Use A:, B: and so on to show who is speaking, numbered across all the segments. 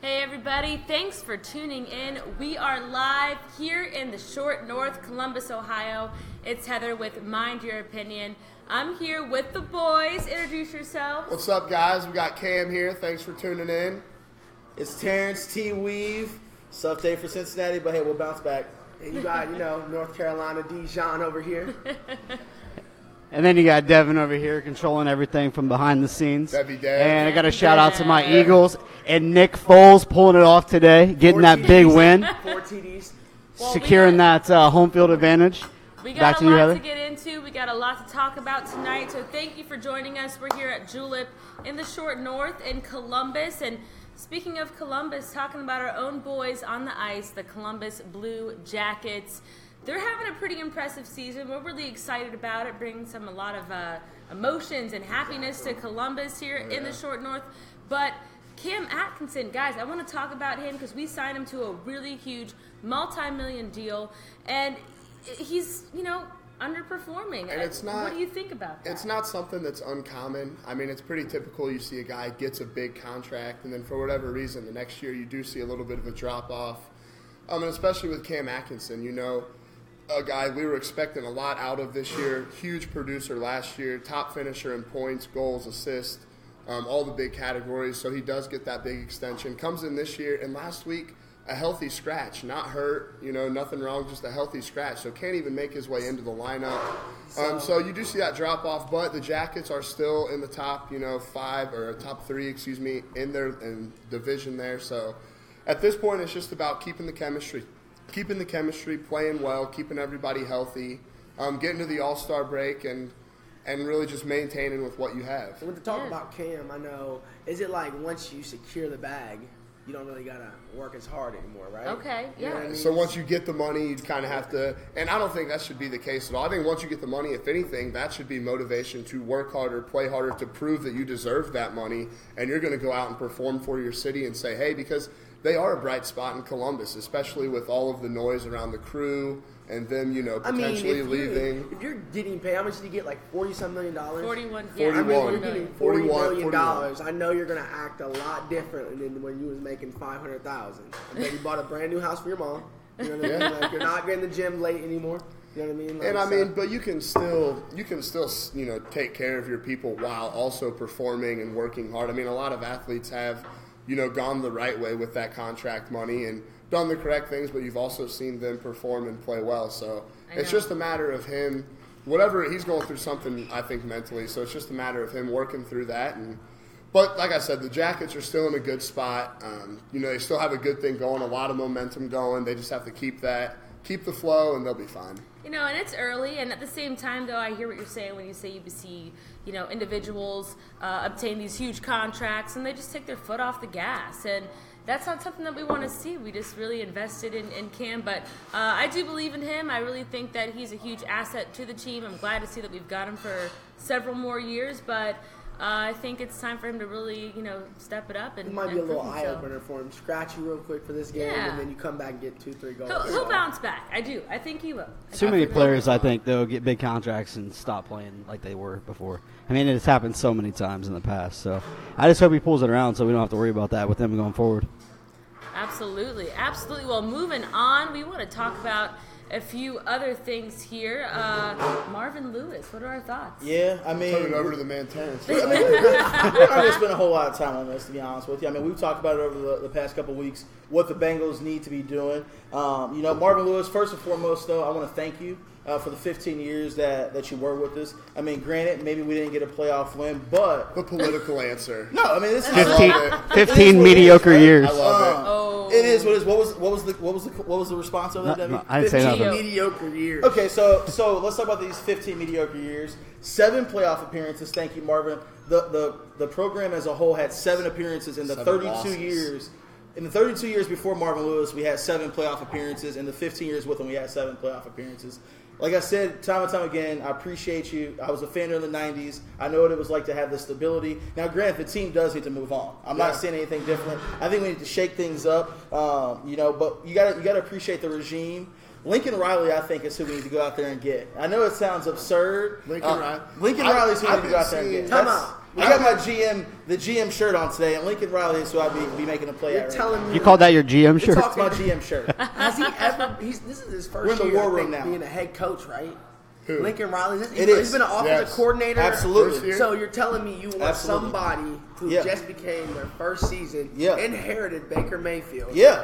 A: Hey, everybody. Thanks for tuning in. We are live here in the short north, Columbus, Ohio. It's Heather with Mind Your Opinion. I'm here with the boys. Introduce yourselves.
B: What's up, guys? We got Cam here. Thanks for tuning in.
C: It's Terrence T. Weave. Tough day for Cincinnati, but hey, we'll bounce back.
B: And you got, you know, North Carolina Dijon over here.
D: And then you got Devin over here controlling everything from behind the scenes.
B: That'd be Dev.
D: And I got a shout out to my Eagles and Nick Foles pulling it off today, getting that big win,
B: Four TDs.
A: Well, we
D: securing
A: got-
D: that uh, home field advantage.
A: We
D: Back
A: got
D: to
A: a
D: you,
A: lot
D: Heather.
A: to get into. We got a lot to talk about tonight. So thank you for joining us. We're here at Julep in the short north in Columbus. And speaking of Columbus, talking about our own boys on the ice, the Columbus Blue Jackets. They're having a pretty impressive season. We're really excited about it, bringing some a lot of uh, emotions and happiness to Columbus here in the short north. But Cam Atkinson, guys, I want to talk about him because we signed him to a really huge multi-million deal, and he's you know underperforming.
B: And it's not-
A: What do you think about that?
B: It's not something that's uncommon. I mean, it's pretty typical. You see a guy gets a big contract, and then for whatever reason, the next year you do see a little bit of a drop off. Um, and especially with Cam Atkinson, you know, a guy we were expecting a lot out of this year. Huge producer last year, top finisher in points, goals, assists, um, all the big categories. So he does get that big extension. Comes in this year, and last week, a healthy scratch, not hurt, you know, nothing wrong, just a healthy scratch. So can't even make his way into the lineup. Um, so you do see that drop off, but the Jackets are still in the top, you know, five or top three, excuse me, in their in division there. So at this point, it's just about keeping the chemistry, keeping the chemistry, playing well, keeping everybody healthy, um, getting to the All Star break, and and really just maintaining with what you have.
C: And when to talk about Cam, I know, is it like once you secure the bag, you don't really gotta work as hard anymore, right?
A: Okay, yeah.
B: So once you get the money, you kind of have to. And I don't think that should be the case at all. I think once you get the money, if anything, that should be motivation to work harder, play harder, to prove that you deserve that money, and you're going to go out and perform for your city and say, hey, because they are a bright spot in Columbus, especially with all of the noise around the crew and them, you know,
C: I mean, if
B: potentially
C: you're,
B: leaving.
C: if you're getting paid, how much did you get? Like forty some million dollars.
A: Forty-one.
C: I mean,
A: Yeah,
C: you're
B: 41.
C: getting
B: 41,
C: forty million
B: 41.
C: dollars. I know you're gonna act a lot different than when you was making five hundred thousand. I bet you bought a brand new house for your mom. You know what I mean? Like, you're not getting the gym late anymore. You know what I mean? Like,
B: And I
C: so-
B: mean, but you can still you can still you know take care of your people while also performing and working hard. I mean, a lot of athletes have you know gone the right way with that contract money and done the correct things, but you've also seen them perform and play well. So
A: I
B: it's
A: know.
B: just a matter of him. Whatever he's going through something, I think mentally. So it's just a matter of him working through that and. But like I said, the Jackets are still in a good spot. Um, you know, they still have a good thing going, a lot of momentum going. They just have to keep that, keep the flow, and they'll be fine.
A: You know, and it's early, and at the same time, though, I hear what you're saying when you say you see, you know, individuals uh, obtain these huge contracts and they just take their foot off the gas. And that's not something that we want to see. We just really invested in, in Cam, but uh, I do believe in him. I really think that he's a huge asset to the team. I'm glad to see that we've got him for several more years, but uh, I think it's time for him to really, you know, step it up and
C: It might be a
A: and
C: little
A: prove
C: eye
A: himself.
C: opener for him. Scratch you real quick for this game,
A: Yeah.
C: and then you come back and get two, three goals.
A: He'll, he'll
C: So,
A: bounce back. I do. I think he will. I
D: Too
A: think
D: many
A: he will.
D: players, I think, though, get big contracts and stop playing like they were before. I mean, it's happened so many times in the past. So I just hope he pulls it around so we don't have to worry about that with him going forward.
A: Absolutely, absolutely. Well, moving on, we want to talk about a few other things here. Uh, Marvin Lewis, what are our thoughts?
E: Yeah, I
B: Turn
E: mean,
B: it over to the man Terrence. What's up?
E: we're not going to spend a whole lot of time on this, to be honest with you. I mean, we've talked about it over the, the past couple weeks, what the Bengals need to be doing. Um, you know, Marvin Lewis, first and foremost, though, I want to thank you uh, for the 15 years that, that you were with us. I mean, granted, maybe we didn't get a playoff win, but.
B: the political answer.
E: No, I mean, this is.
B: I love
D: 15,
B: it.
D: 15 mediocre years.
B: I love
E: Uh,
B: it.
A: Oh,
E: It is what it is. What was what was the what was the what was the response of that?
D: No,
E: Debbie?
D: no, I didn't say
C: 15
D: nothing.
C: mediocre years.
E: Okay, so so let's talk about these 15 mediocre years. Seven playoff appearances. Thank you, Marvin. The the the program as a whole had seven appearances in the
B: Seven
E: 32
B: losses.
E: years. In the 32 years before Marvin Lewis, we had seven playoff appearances. In the 15 years with him, we had seven playoff appearances. Like I said, time and time again, I appreciate you. I was a fan in the 90s. I know what it was like to have the stability. Now, granted, the team does need to move on. I'm
B: Yeah.
E: not saying anything different. I think we need to shake things up, um, you know. But you got to you got to appreciate the regime. Lincoln Riley, I think, is who we need to go out there and get. I know it sounds absurd. Uh,
B: Lincoln Riley.
E: Lincoln
B: I-
E: Riley is who we
B: I've
E: need
B: been
E: to go out there and get.
B: seeing-
C: Time
E: That's-
C: out.
E: I got my GM, the GM shirt on today, and Lincoln Riley is who I'd be, be making a play
C: You're
E: at. Right
C: telling me
D: You called that your GM
E: now.
D: shirt?
E: Talk about GM shirt.
C: Has he ever? He's, this is his 1st
E: We're in the
C: year
E: war
C: I think,
E: room now.
C: being a head coach, right?
B: Who?
C: Lincoln Riley. This,
E: It
C: he's,
E: is.
C: he's been an offensive
B: Yes.
C: coordinator.
B: First
E: Absolutely.
B: year.
C: So you're telling me you want
E: Absolutely.
C: somebody who
E: Yeah.
C: just became their first season,
E: Yeah.
C: inherited Baker Mayfield,
E: Yeah.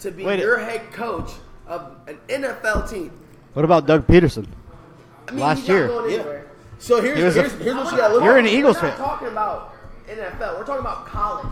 C: to be
D: Wait a-
C: your head coach of an NFL team.
D: What about Doug Peterson?
C: I mean,
D: Last
C: he's
D: year.
C: not going
E: Yeah.
C: anywhere.
E: So here's
D: He was a-
E: here's, here's what you got to look
D: You're
E: at.
D: an Eagles
C: We're not
D: fan.
C: talking about NFL. We're talking about college.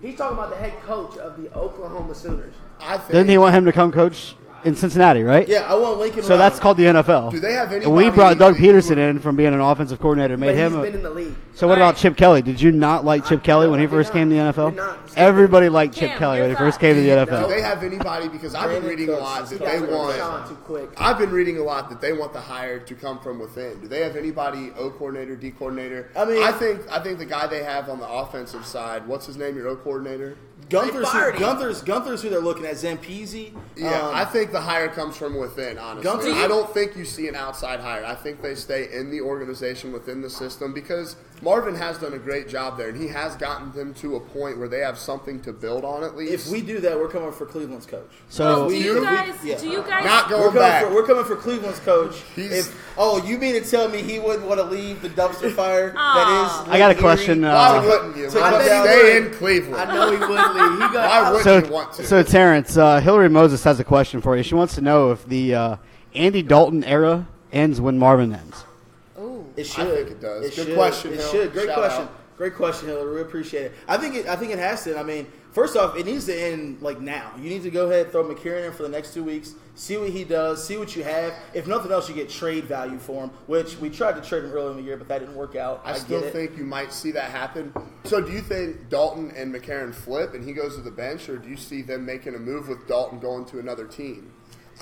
C: He's talking about the head coach of the Oklahoma Sooners.
B: I think.
D: Didn't he want him to come coach in Cincinnati, right?
E: Yeah, I want Lincoln.
D: e- So that's called the NFL.
B: Do they have
D: And we
B: anybody
D: brought Doug
B: that you
D: Peterson
B: would-
D: in from being an offensive coordinator, made
C: But he's
D: him.
C: been
D: A,
C: in the league.
D: so what
A: All
D: about
A: right.
D: Chip Kelly? Did you not like Chip
C: I-
D: Kelly when
C: I
D: he
C: did
D: first
C: not.
D: came to the
C: I did
D: NFL?
C: not.
D: Everybody liked Chip
A: Cam,
D: Kelly
A: your
D: when he first
A: thoughts?
D: came to the
B: Do
D: NFL.
B: they have anybody? Because I've been
E: Brandon
B: reading a
E: Cooks
B: lot
E: is
B: that they
E: talking about
B: want.
C: Sean too quick.
B: I've been reading a lot that they want the hire to come from within. Do they have anybody O coordinator, D coordinator?
E: I mean-
B: I think I think the guy they have on the offensive side. What's his name? Your O coordinator.
E: Gunther's who,
C: fired him.
E: Gunther's Gunther's who they're looking at. Zampezi.
B: Yeah,
E: um,
B: I think the hire comes from within. Honestly,
E: Gunther-
B: I don't think you see an outside hire. I think they stay in the organization within the system because Marvin has done a great job there, and he has gotten them to a point where they have something to build on at least.
E: if we do that, we're coming for Cleveland's coach.
A: Well,
D: So
A: do you
B: we-
A: guys?
E: yeah.
A: Do you guys?
B: not
E: We're
B: going
E: coming,
B: back,
E: for, we're coming for Cleveland's coach.
B: He's-
E: If, oh, you mean to tell me he wouldn't want to leave the dumpster fire? that is.
D: I got a
E: Nick
D: question,
E: Erie?
D: uh,
B: why
D: Uh,
B: wouldn't you?
E: to
B: Why
E: come
B: not
E: down
B: stay
E: there?
B: in Cleveland?
C: I know he would leave. He got
B: Why
C: out.
B: wouldn't
D: so
B: you want to?
D: so Terrence, uh, Hillary Moses has a question for you. She wants to know if the uh, Andy Dalton era ends when Marvin ends.
E: It
B: I
E: should.
B: think it does. Good
E: should.
B: question,
E: It
B: Hill.
E: should. Great
B: Shout
E: question.
B: out.
E: Great question, Hillary. We appreciate it. I think it. I think it has to. I mean, first off, it needs to end like now. You need to go ahead and throw McCarron in for the next two weeks. See what he does. See what you have. If nothing else, you get trade value for him, which we tried to trade him early in the year, but that didn't work out.
B: I,
E: I,
B: still
E: get it.
B: think you might see that happen. So, do you think Dalton and McCarron flip and he goes to the bench, or do you see them making a move with Dalton going to another team?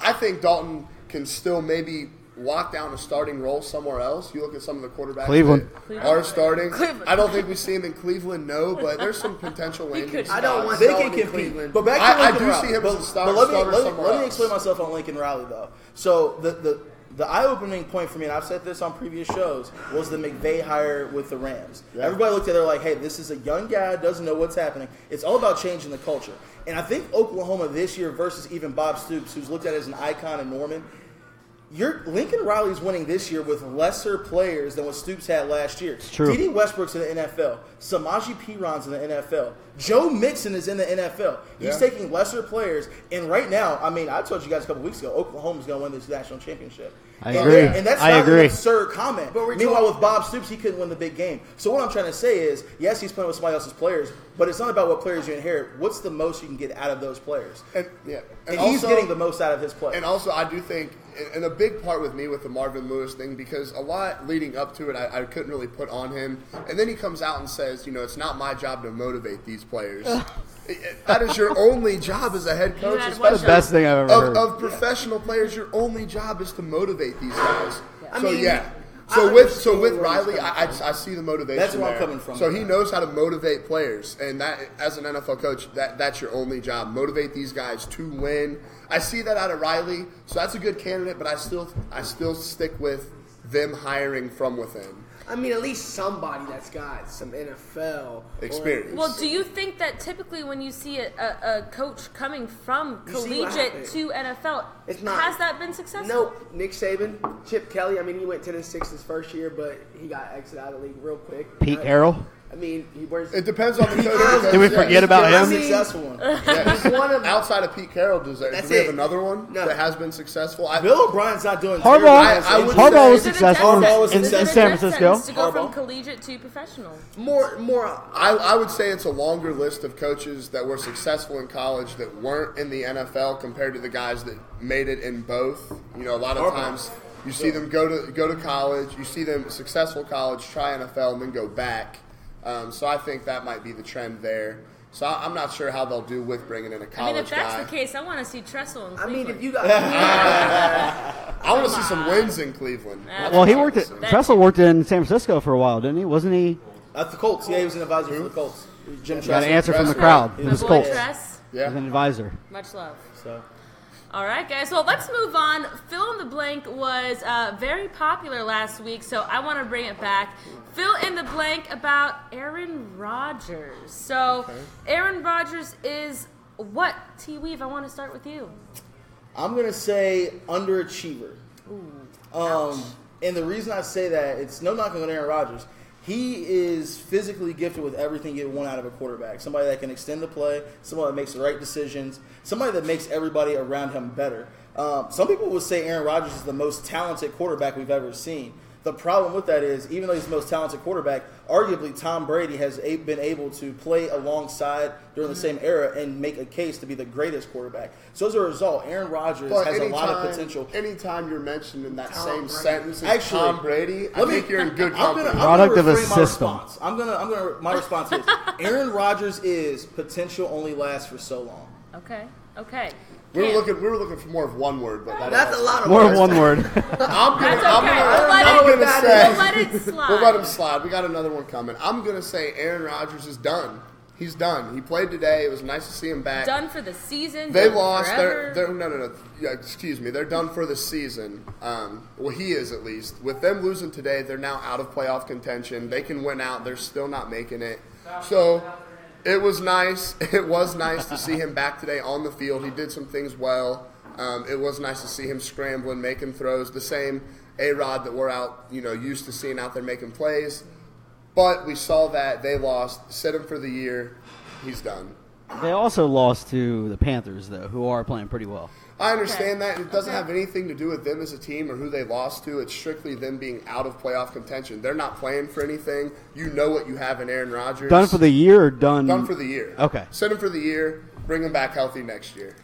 B: I think Dalton can still maybe lock down a starting role somewhere else. You look at some of the quarterbacks
D: Cleveland.
B: that are starting.
A: Cleveland.
B: I don't think we see him in Cleveland, no, but there's some potential landing
A: could-
B: spots.
C: I don't want
E: they
C: Dalton
E: can
C: in
E: compete.
C: Cleveland.
E: But back to
B: I- I
E: Lincoln
B: do
E: Riley.
B: see him
E: but,
B: as a star-
E: but let me,
B: starter
E: let, me,
B: somewhere
E: let me
B: else.
E: explain myself on Lincoln Riley though. So the the the eye-opening point for me, and I've said this on previous shows, was the McVay hire with the Rams. Everybody looked at it like, "Hey, this is a young guy doesn't know what's happening." It's all about changing the culture, and I think Oklahoma this year versus even Bob Stoops, who's looked at as an icon in Norman, you're, Lincoln Riley's winning this year with lesser players than what Stoops had last year.
D: true.
E: D.D. Westbrook's in the NFL. Samaji Piran's in the NFL. Joe Mixon is in the NFL. He's
B: Yeah.
E: taking lesser players. And right now, I mean, I told you guys a couple weeks ago, Oklahoma's going to win this national championship.
D: I
E: And-
D: agree.
E: And that's
D: I
E: not
D: agree.
E: an absurd comment.
C: But we're
E: Meanwhile,
C: talking-
E: with Bob Stoops, he couldn't win the big game. So what I'm trying to say is, yes, he's playing with somebody else's players, but it's not about what players you inherit. What's the most you can get out of those players?
B: And, yeah.
E: And, he's
B: also-
E: getting the most out of his play.
B: And also, I do think, and a big part with me with the Marvin Lewis thing, because a lot leading up to it, I, I couldn't really put on him. And then he comes out and says, you know, it's not my job to motivate these players. that is your only job as a head coach,
A: had one
B: especially
A: job.
D: Best thing I've ever
B: of,
D: heard.
B: of professional players. Your only job is to motivate these guys.
C: I
B: So
C: mean,
B: yeah.
C: I
B: So with so
C: understand
B: with
C: where he's
B: Riley,
C: coming
B: I, I, just- I see the motivation.
E: That's where I'm
B: there.
E: coming from
B: So
E: with
B: he
E: that.
B: knows how to motivate players, and that as an NFL coach, that that's your only job. Motivate these guys to win. I see that out of Riley, so that's a good candidate. But I still I still stick with them hiring from within.
C: I mean, at least somebody that's got some NFL
B: Experience.
C: Or,
A: Well, do you think that typically when you see a, a, a coach coming from
C: You see what
A: collegiate
C: happened.
A: to NFL,
C: It's not-
A: has that been successful?
C: nope. Nick Saban, Chip Kelly. I mean, he went ten and six his first year, but he got exited out of the league real quick.
D: Pete
C: I-
D: Carroll.
C: I mean, he wears.
B: It depends on the coach.
E: Did
D: Did we
B: because,
D: forget
B: yeah,
D: about
E: Yeah,
D: him?
E: I'm a successful one.
B: yes.
C: one of
B: Outside of Pete Carroll, does there, do
C: That's
B: we have
C: it.
B: another one
C: No.
B: that has been successful? I,
E: Bill O'Brien's not doing terrible.
D: Harbaugh,
B: I- I would
D: Harbaugh
B: say-
D: was
A: Is it a death
D: successful
E: Harbaugh was
A: sentence? Is it
D: in,
A: a
D: in
E: successful.
D: San
A: death sentence
D: Francisco.
A: To go from
E: Harbaugh.
A: collegiate to professional.
C: more, more.
B: I, I would say it's a longer list of coaches that were successful in college that weren't in the NFL compared to the guys that made it in both. You know, a lot of
E: Harbaugh.
B: times you see them go to go to college, you see them successful college, try NFL, and then go back. Um, so I think that might be the trend there. So I, I'm not sure how they'll do with bringing in a
A: I mean,
B: college
A: if that's
B: guy.
A: the case, I want to see Trestle in
C: I
A: Cleveland.
C: mean, if you got
B: I want to see some wins in Cleveland. That's
D: Well, he
B: what I
D: worked
B: would
D: at
B: say.
A: That-
D: Tressel worked in San Francisco for a while, didn't he? Wasn't he?
E: That's the Colts. Yeah, he was an advisor for the Colts. Jim
D: Got
E: Tressel.
D: an answer from the
B: Tressel.
D: crowd. It
A: my
D: was
A: boy
D: Colts.
A: Tress,
D: He was an
B: Yeah,
D: advisor.
A: much love.
E: So
A: All right, guys. Well, let's move on. Fill in the blank was uh, very popular last week, so I want to bring it back. Fill in the blank about Aaron Rodgers. So, Aaron Rodgers is what? T Weave, I want to start with you.
E: I'm gonna say underachiever. Um, and the reason I say that it's no knocking on Aaron Rodgers. He is physically gifted with everything you want out of a quarterback. Somebody that can extend the play, somebody that makes the right decisions, somebody that makes everybody around him better. Um, some people would say Aaron Rodgers is the most talented quarterback we've ever seen. The problem with that is, even though he's the most talented quarterback, arguably Tom Brady has a- been able to play alongside during the same era and make a case to be the greatest quarterback. So as a result, Aaron Rodgers
B: But
E: has
B: anytime,
E: a lot of potential.
B: Anytime you're mentioned in that
C: Tom
B: same
C: Brady.
B: sentence as
E: Actually,
B: Tom Brady, I
E: let me-
B: think you're in good
E: I'm
B: company.
E: gonna, I'm
D: Product
E: gonna
D: of a
E: reframe my
D: system.
E: response. I'm gonna, I'm gonna. My response is: Aaron Rodgers is potential only lasts for so long.
A: Okay. Okay.
B: we were
A: Cam.
B: looking. We were looking for more of one word, but that
C: That's a lot of
D: More
C: words.
D: of one word.
B: I'm gonna.
A: That's
B: I'm
A: okay.
B: gonna,
A: We'll let
B: I'm
A: it-
B: gonna
C: we'll
B: say.
A: We'll let it slide.
B: We'll let him slide. We got another one coming. I'm gonna say Aaron Rodgers is done. He's done. He played today. It was nice to see him back.
A: Done for the season.
B: They
A: done
B: lost. They're,
A: forever.
B: they're no, no, no. Yeah, excuse me. They're done for the season. Um, well, he is at least. With them losing today, they're now out of playoff contention. They can win out. They're still not making it. So it was nice. It was nice to see him back today on the field. He did some things well. Um, it was nice to see him scrambling, making throws. The same A Rod that we're out, you know, used to seeing out there making plays. But we saw that they lost. Set him for the year. He's done.
D: they also lost to the Panthers, though, who are playing pretty well.
B: I understand that. and It doesn't
A: Okay.
B: have anything to do with them as a team or who they lost to. It's strictly them being out of playoff contention. They're not playing for anything. You know what you have in Aaron Rodgers.
D: Done for the year or done?
B: done for the year.
D: Okay.
B: Send him for the year. Bring him back healthy next year.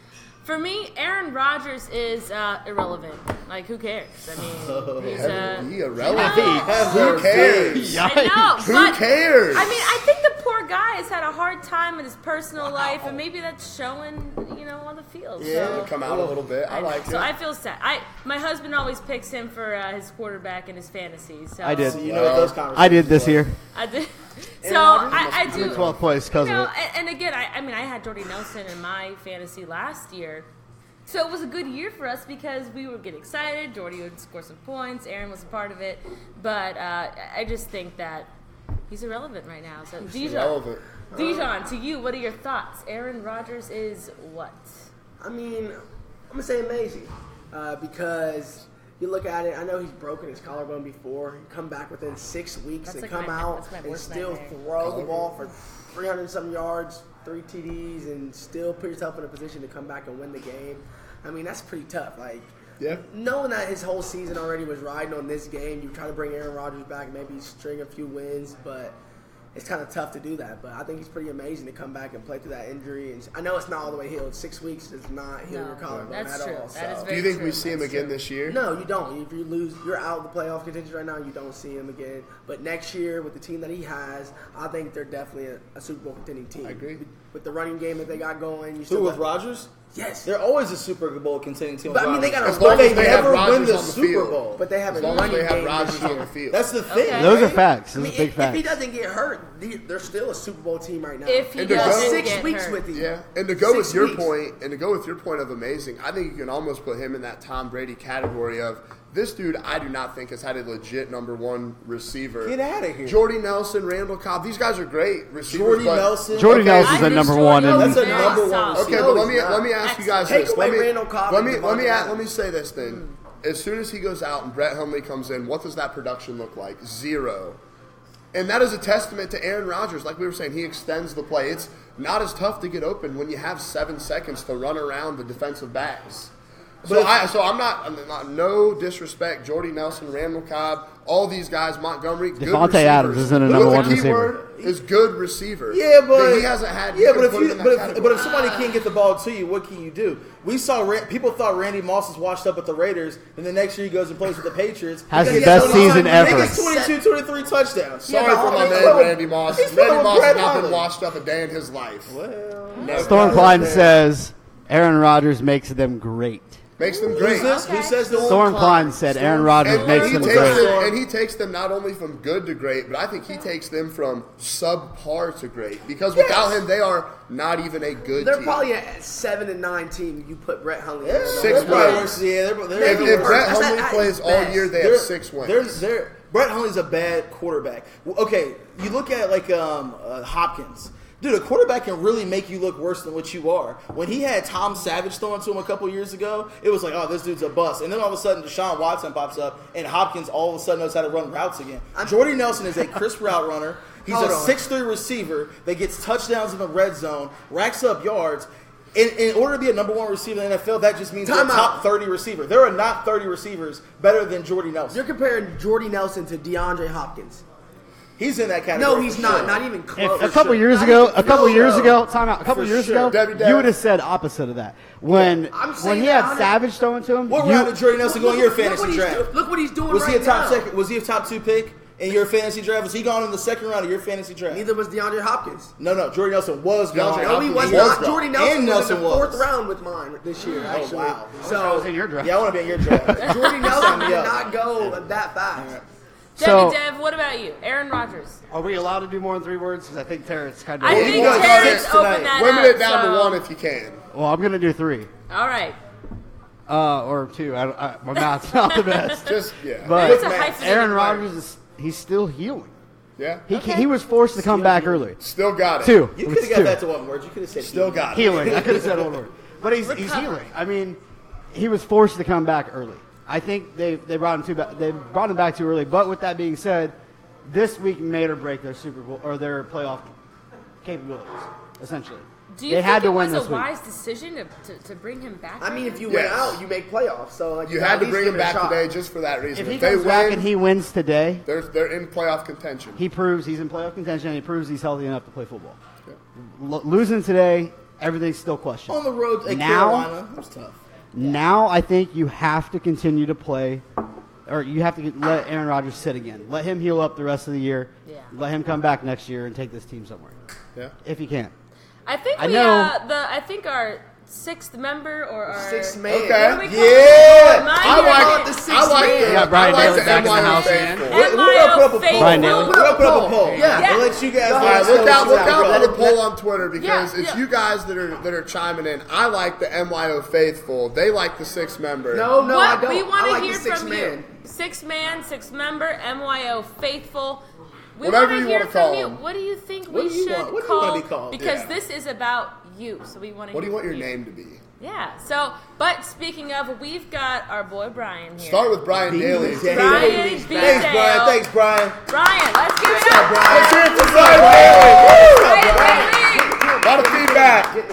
A: For me, Aaron Rodgers is uh, irrelevant. Like, who cares? I mean, he's uh,
B: Be irrelevant.
A: no.
B: Who cares?
A: I know,
B: Who
A: but-
B: cares?
A: I mean, I think the poor guy has had a hard time in his personal life, and maybe that's showing, you know, on the field.
B: Yeah,
A: so.
B: come out a little bit. I like
A: so
B: it.
A: I feel sad. I my husband always picks him for uh, his quarterback in his fantasies. So
D: I did.
E: So you know what those conversations.
D: I did this
E: are.
D: year.
A: I did. So I, I
D: I'm in
A: do.
D: 12th place because
A: No,
D: of it.
A: and, and again, I, I mean, I had Jordy Nelson in my fantasy last year. So it was a good year for us because we would get excited. Jordy would score some points. Aaron was a part of it. But uh, I just think that he's irrelevant right now. So, Dijon,
B: Irrelevant.
A: Dijon, to you, what are your thoughts? Aaron Rodgers is what?
C: I mean, I'm gonna say amazing uh, because you look at it. I know he's broken his collarbone before, come back within six weeks
A: That's
C: and
A: like
C: come
A: my-
C: out
A: that's my
C: and
A: worst
C: still
A: nightmare.
C: throw the ball for 300 and some yards, three TDs, and still put yourself in a position to come back and win the game. I mean, that's pretty tough. Like.
B: Yeah.
C: Knowing that his whole season already was riding on this game, you try to bring Aaron Rodgers back, maybe string a few wins, but it's kind of tough to do that. But I think he's pretty amazing to come back and play through that injury. And I know it's not all the way healed. Six weeks does not heal
A: No,
C: your collarbone
A: that's
C: at
A: true.
C: all.
A: That is
C: so.
B: Do
A: very-
B: you think
A: true.
B: we see him
A: That's
B: again
A: true.
B: this year?
C: no, you don't. If you lose, you're out of the playoff contention right now. You don't see him again. But next year, with the team that he has, I think they're definitely a, a Super Bowl contending team.
B: I agree.
C: With, with the running game that they got going, you
E: Who
C: still
E: with
C: got,
E: Rodgers?
C: Yes.
E: They're always a Super Bowl contending team. with
C: But, I mean, they
E: Rodgers.
C: got a
E: but they
C: running game.
E: never
B: They have
E: win
B: Rodgers
E: the
B: on the
E: Super
B: field.
E: Bowl.
C: but they have
B: As
C: a
B: long as
C: running
B: they have
C: game
B: Rodgers
C: this year.
B: on the field.
E: That's the thing.
A: Okay.
D: Those are
E: right?
D: facts.
C: I
D: Those
C: mean,
D: are big
C: if, if he
D: facts.
C: doesn't get hurt, the- they're still a Super Bowl team right now.
A: If he
B: And they're
A: does
B: both-
C: six
A: get
C: weeks
A: hurt.
C: with him,
B: Yeah, and to go
C: Six
B: with your
C: weeks.
B: point, and to go with your point of amazing, I think you can almost put him in that Tom Brady category of this dude. I do not think has had a legit number one receiver.
E: Get outta here.
B: Jordy Nelson, Randall Cobb. These guys are great receivers.
E: Jordy
B: but,
E: Nelson.
D: Jordy
B: Okay.
D: Nelson's
A: I
D: at
A: knew
D: number
A: Jordy
D: one.
A: was
D: And
E: That's a
A: very
E: number one
A: solid.
E: receiver.
B: Okay,
E: No,
B: but let
E: he's
B: me
E: not.
B: let me ask you guys
C: Take
B: this.
C: away
B: let me,
C: Randall Cobb
B: let
C: and
B: me let
C: Devontae
B: me ask,
C: Adams.
B: let me say this then. As soon as he goes out and Brett Hundley comes in, what does that production look like? Zero. And that is a testament to Aaron Rodgers. Like we were saying, he extends the play. It's not as tough to get open when you have seven seconds to run around the defensive backs. So I, so I'm not, I'm not- no disrespect. Jordy Nelson, Randall Cobb, all these guys, Montgomery, good
D: Devontae
B: receivers.
D: Adams isn't a
B: But
D: number
B: the
D: one
B: key
D: receiver.
B: word Is good receiver.
E: Yeah, but
B: he hasn't had. you
E: Yeah,
B: can
E: but if
B: put him
E: you
B: in that
E: but if,
B: category.
E: but if somebody can't get the ball to you, what can you do? We saw Ran- people thought Randy Moss was washed up at the Raiders, and the next year he goes and plays with the Patriots.
D: Has
E: He
D: his
E: gets
D: best
E: 22
D: season
E: he
D: ever.
E: gets 22, 23 touchdowns.
B: Sorry
C: Yeah, but
B: for my
C: he's
B: man,
E: from-
B: Randy Moss.
E: he's
B: Randy
E: from
B: Moss has
E: Brett
B: not been
E: Hundley.
B: washed up a day in his life.
E: Well,
B: No
D: Storm
B: doubt.
D: Klein says Aaron Rodgers makes them great.
B: makes them great.
E: Who's this? Who
A: Okay.
E: says the one?
D: Thorne Klein said Aaron Rodgers
B: And,
D: makes
B: he
D: them
B: takes
D: great.
B: them, and he takes them not only from good to great, but I think he takes them from subpar to great. Because without
C: Yes.
B: him, they are not even a good
C: They're
B: team.
C: probably a seven and nine team. You put Brett Hundley. in.
E: Yeah,
B: Six
E: they're probably
B: wins.
E: worse. Yeah, they're, they're,
B: if,
E: they're
B: if
E: worse.
B: Brett
C: That's
B: Hunley
C: not-
B: plays
C: that's
B: all
C: best.
B: year, they
E: They're-
B: have six wins.
E: They're, they're, Brett Hundley's a bad quarterback. W- Okay, you look at like um, uh, Hopkins. Dude, a quarterback can really make you look worse than what you are. When he had Tom Savage thrown to him a couple years ago, it was like, oh, this dude's a bust. And then all of a sudden, Deshaun Watson pops up, and Hopkins all of a sudden knows how to run routes again. Jordy Nelson is a crisp route runner. He's
C: Hold
E: a
C: on.
E: six-three receiver that gets touchdowns in the red zone, racks up yards. In, in order to be a number one receiver in the NFL, that just means
C: Time
E: they're a top
C: out.
E: 30 receiver. There are not 30 receivers better than Jordy Nelson.
C: You're comparing Jordy Nelson to DeAndre Hopkins.
E: he's in that category.
C: No, he's
E: for
C: not.
E: sure.
C: Not even close.
D: a couple
E: sure.
D: years
C: Not
D: ago,
C: even
D: a couple
C: close.
D: years ago, time out. A couple
E: For
D: years
E: sure.
B: Debbie
D: ago,
B: Downer.
D: you would have said opposite of that. When
C: I'm
D: when
C: saying
D: he had
C: Downer.
D: Savage throwing to him,
E: What
D: you-
E: round did Jordy Nelson go in your fantasy
C: what he's
E: draft?
C: do- look what he's doing
E: was he a
C: right
E: top
C: now.
E: second? Was he a top two pick in your fantasy draft? Was he gone in the second round of your fantasy draft?
C: Neither was DeAndre Hopkins.
E: No, no. Jordy Nelson was gone.
B: DeAndre
C: No, he
B: Hopkins
C: was
B: was
C: not.
B: gone.
C: Jordy Nelson,
E: and Nelson
C: was in the
E: was.
C: fourth round with mine this year. Actually.
E: wow.
D: I was in
C: So
D: your draft.
E: Yeah, I want to be in your draft.
C: Jordy Nelson did
E: me up.
C: not go that fast.
A: Debbie
D: So-
A: Dev, what about you? Aaron Rodgers.
D: Are we allowed to do more than three words? Because I think Terrence kind of.
A: I
B: you
A: think
B: guys are
A: Terrence
E: six
A: opened
E: tonight.
A: that
B: Limit
A: up.
B: it down to
A: so-
B: one if you can.
D: well, I'm gonna do three
A: All right.
D: uh, or two. I, don't- I, my mouth's not the best.
B: Just yeah,
D: But
A: It's a hyphenated
D: Aaron
A: word.
D: Rodgers is he's still healing.
B: yeah.
D: He ca- he was forced to come back early.
B: Still got it.
D: Two. It's
E: you could have
D: two.
E: got that to one word. You could have said
B: Still got it.
D: healing. I could have said old word, but he's, he's
A: Recover.
D: healing. I mean, he was forced to come back early. I think they they brought him too ba- they brought him back too early. But with that being said, this week made or break their Super Bowl or their playoff capabilities. Essentially,
A: Do you
D: they
A: think
D: had to
A: it
D: win
A: was
D: this
A: a
D: week.
A: wise decision to, to, to bring him back?
C: I mean, if you
B: Yes.
C: went out, you make playoffs. So like,
B: You
C: gotta
B: had to
C: at least
B: bring
C: give
B: him
C: it a
B: back
C: shot.
B: today just for that reason. If,
D: if he
B: they
D: comes back
B: win,
D: and he wins today,
B: they're they're in playoff contention.
D: he proves he's in playoff contention and he proves he's healthy enough to play football. L- losing today, everything's still questioned.
E: on the road at
D: now,
E: Carolina. That was tough.
D: Now I think you have to continue to play, or you have to get, let Aaron Rodgers sit again. Let him heal up the rest of the year.
A: Yeah.
D: Let him come back next year and take this team somewhere
B: Yeah.
D: if he can.
A: I think
D: I
A: we
D: know-
A: uh, the I think our sixth member or our
C: Six man.
A: What
B: Okay.
A: do we call
E: Yeah.
A: it?
B: I like
C: the
A: Minor-
C: six
B: I like
C: man.
B: the,
D: Yeah, Brian
B: I like
D: Daly
B: the
D: back in the
B: NYO
D: house.
B: faithful.
A: And
E: We're, we're gonna put up a poll.
A: Brian
E: We're
A: Daly.
E: gonna put up a poll. Yeah,
A: Yeah.
E: we'll let you guys.
B: All right,
E: guys
B: look
E: know
B: out,
E: what's
B: look out for the poll on Twitter because
A: Yeah,
B: it's
A: yeah.
B: you guys that are that are chiming in. I like the MYO faithful. They like the six member.
C: No, no,
A: what
C: I don't.
A: we want
C: I
A: to
C: like
A: hear
C: the six
A: from
C: man.
A: you. Six man, six member, MYO faithful. We
B: Whatever
A: wanna
B: you
A: hear
B: wanna
A: from
B: call
A: you.
B: them.
A: What do you think
E: What
A: we
E: do you
A: should
E: want- what do you
A: call?
E: wanna be called?
A: Because
B: Yeah.
A: this is about you, so we want to.
B: What do you want your name to be?
A: Yeah. So, but speaking of, we've got our boy Brian here.
B: Start with Brian Daly.
E: Daly.
A: Brian B.
E: Thanks, Brian.
A: Dale.
E: Thanks, Brian.
A: Brian, let's give it up.
B: Let's hear it for Brian Daly.
A: Brian, Brian Lee.
B: Woo! A lot of feedback.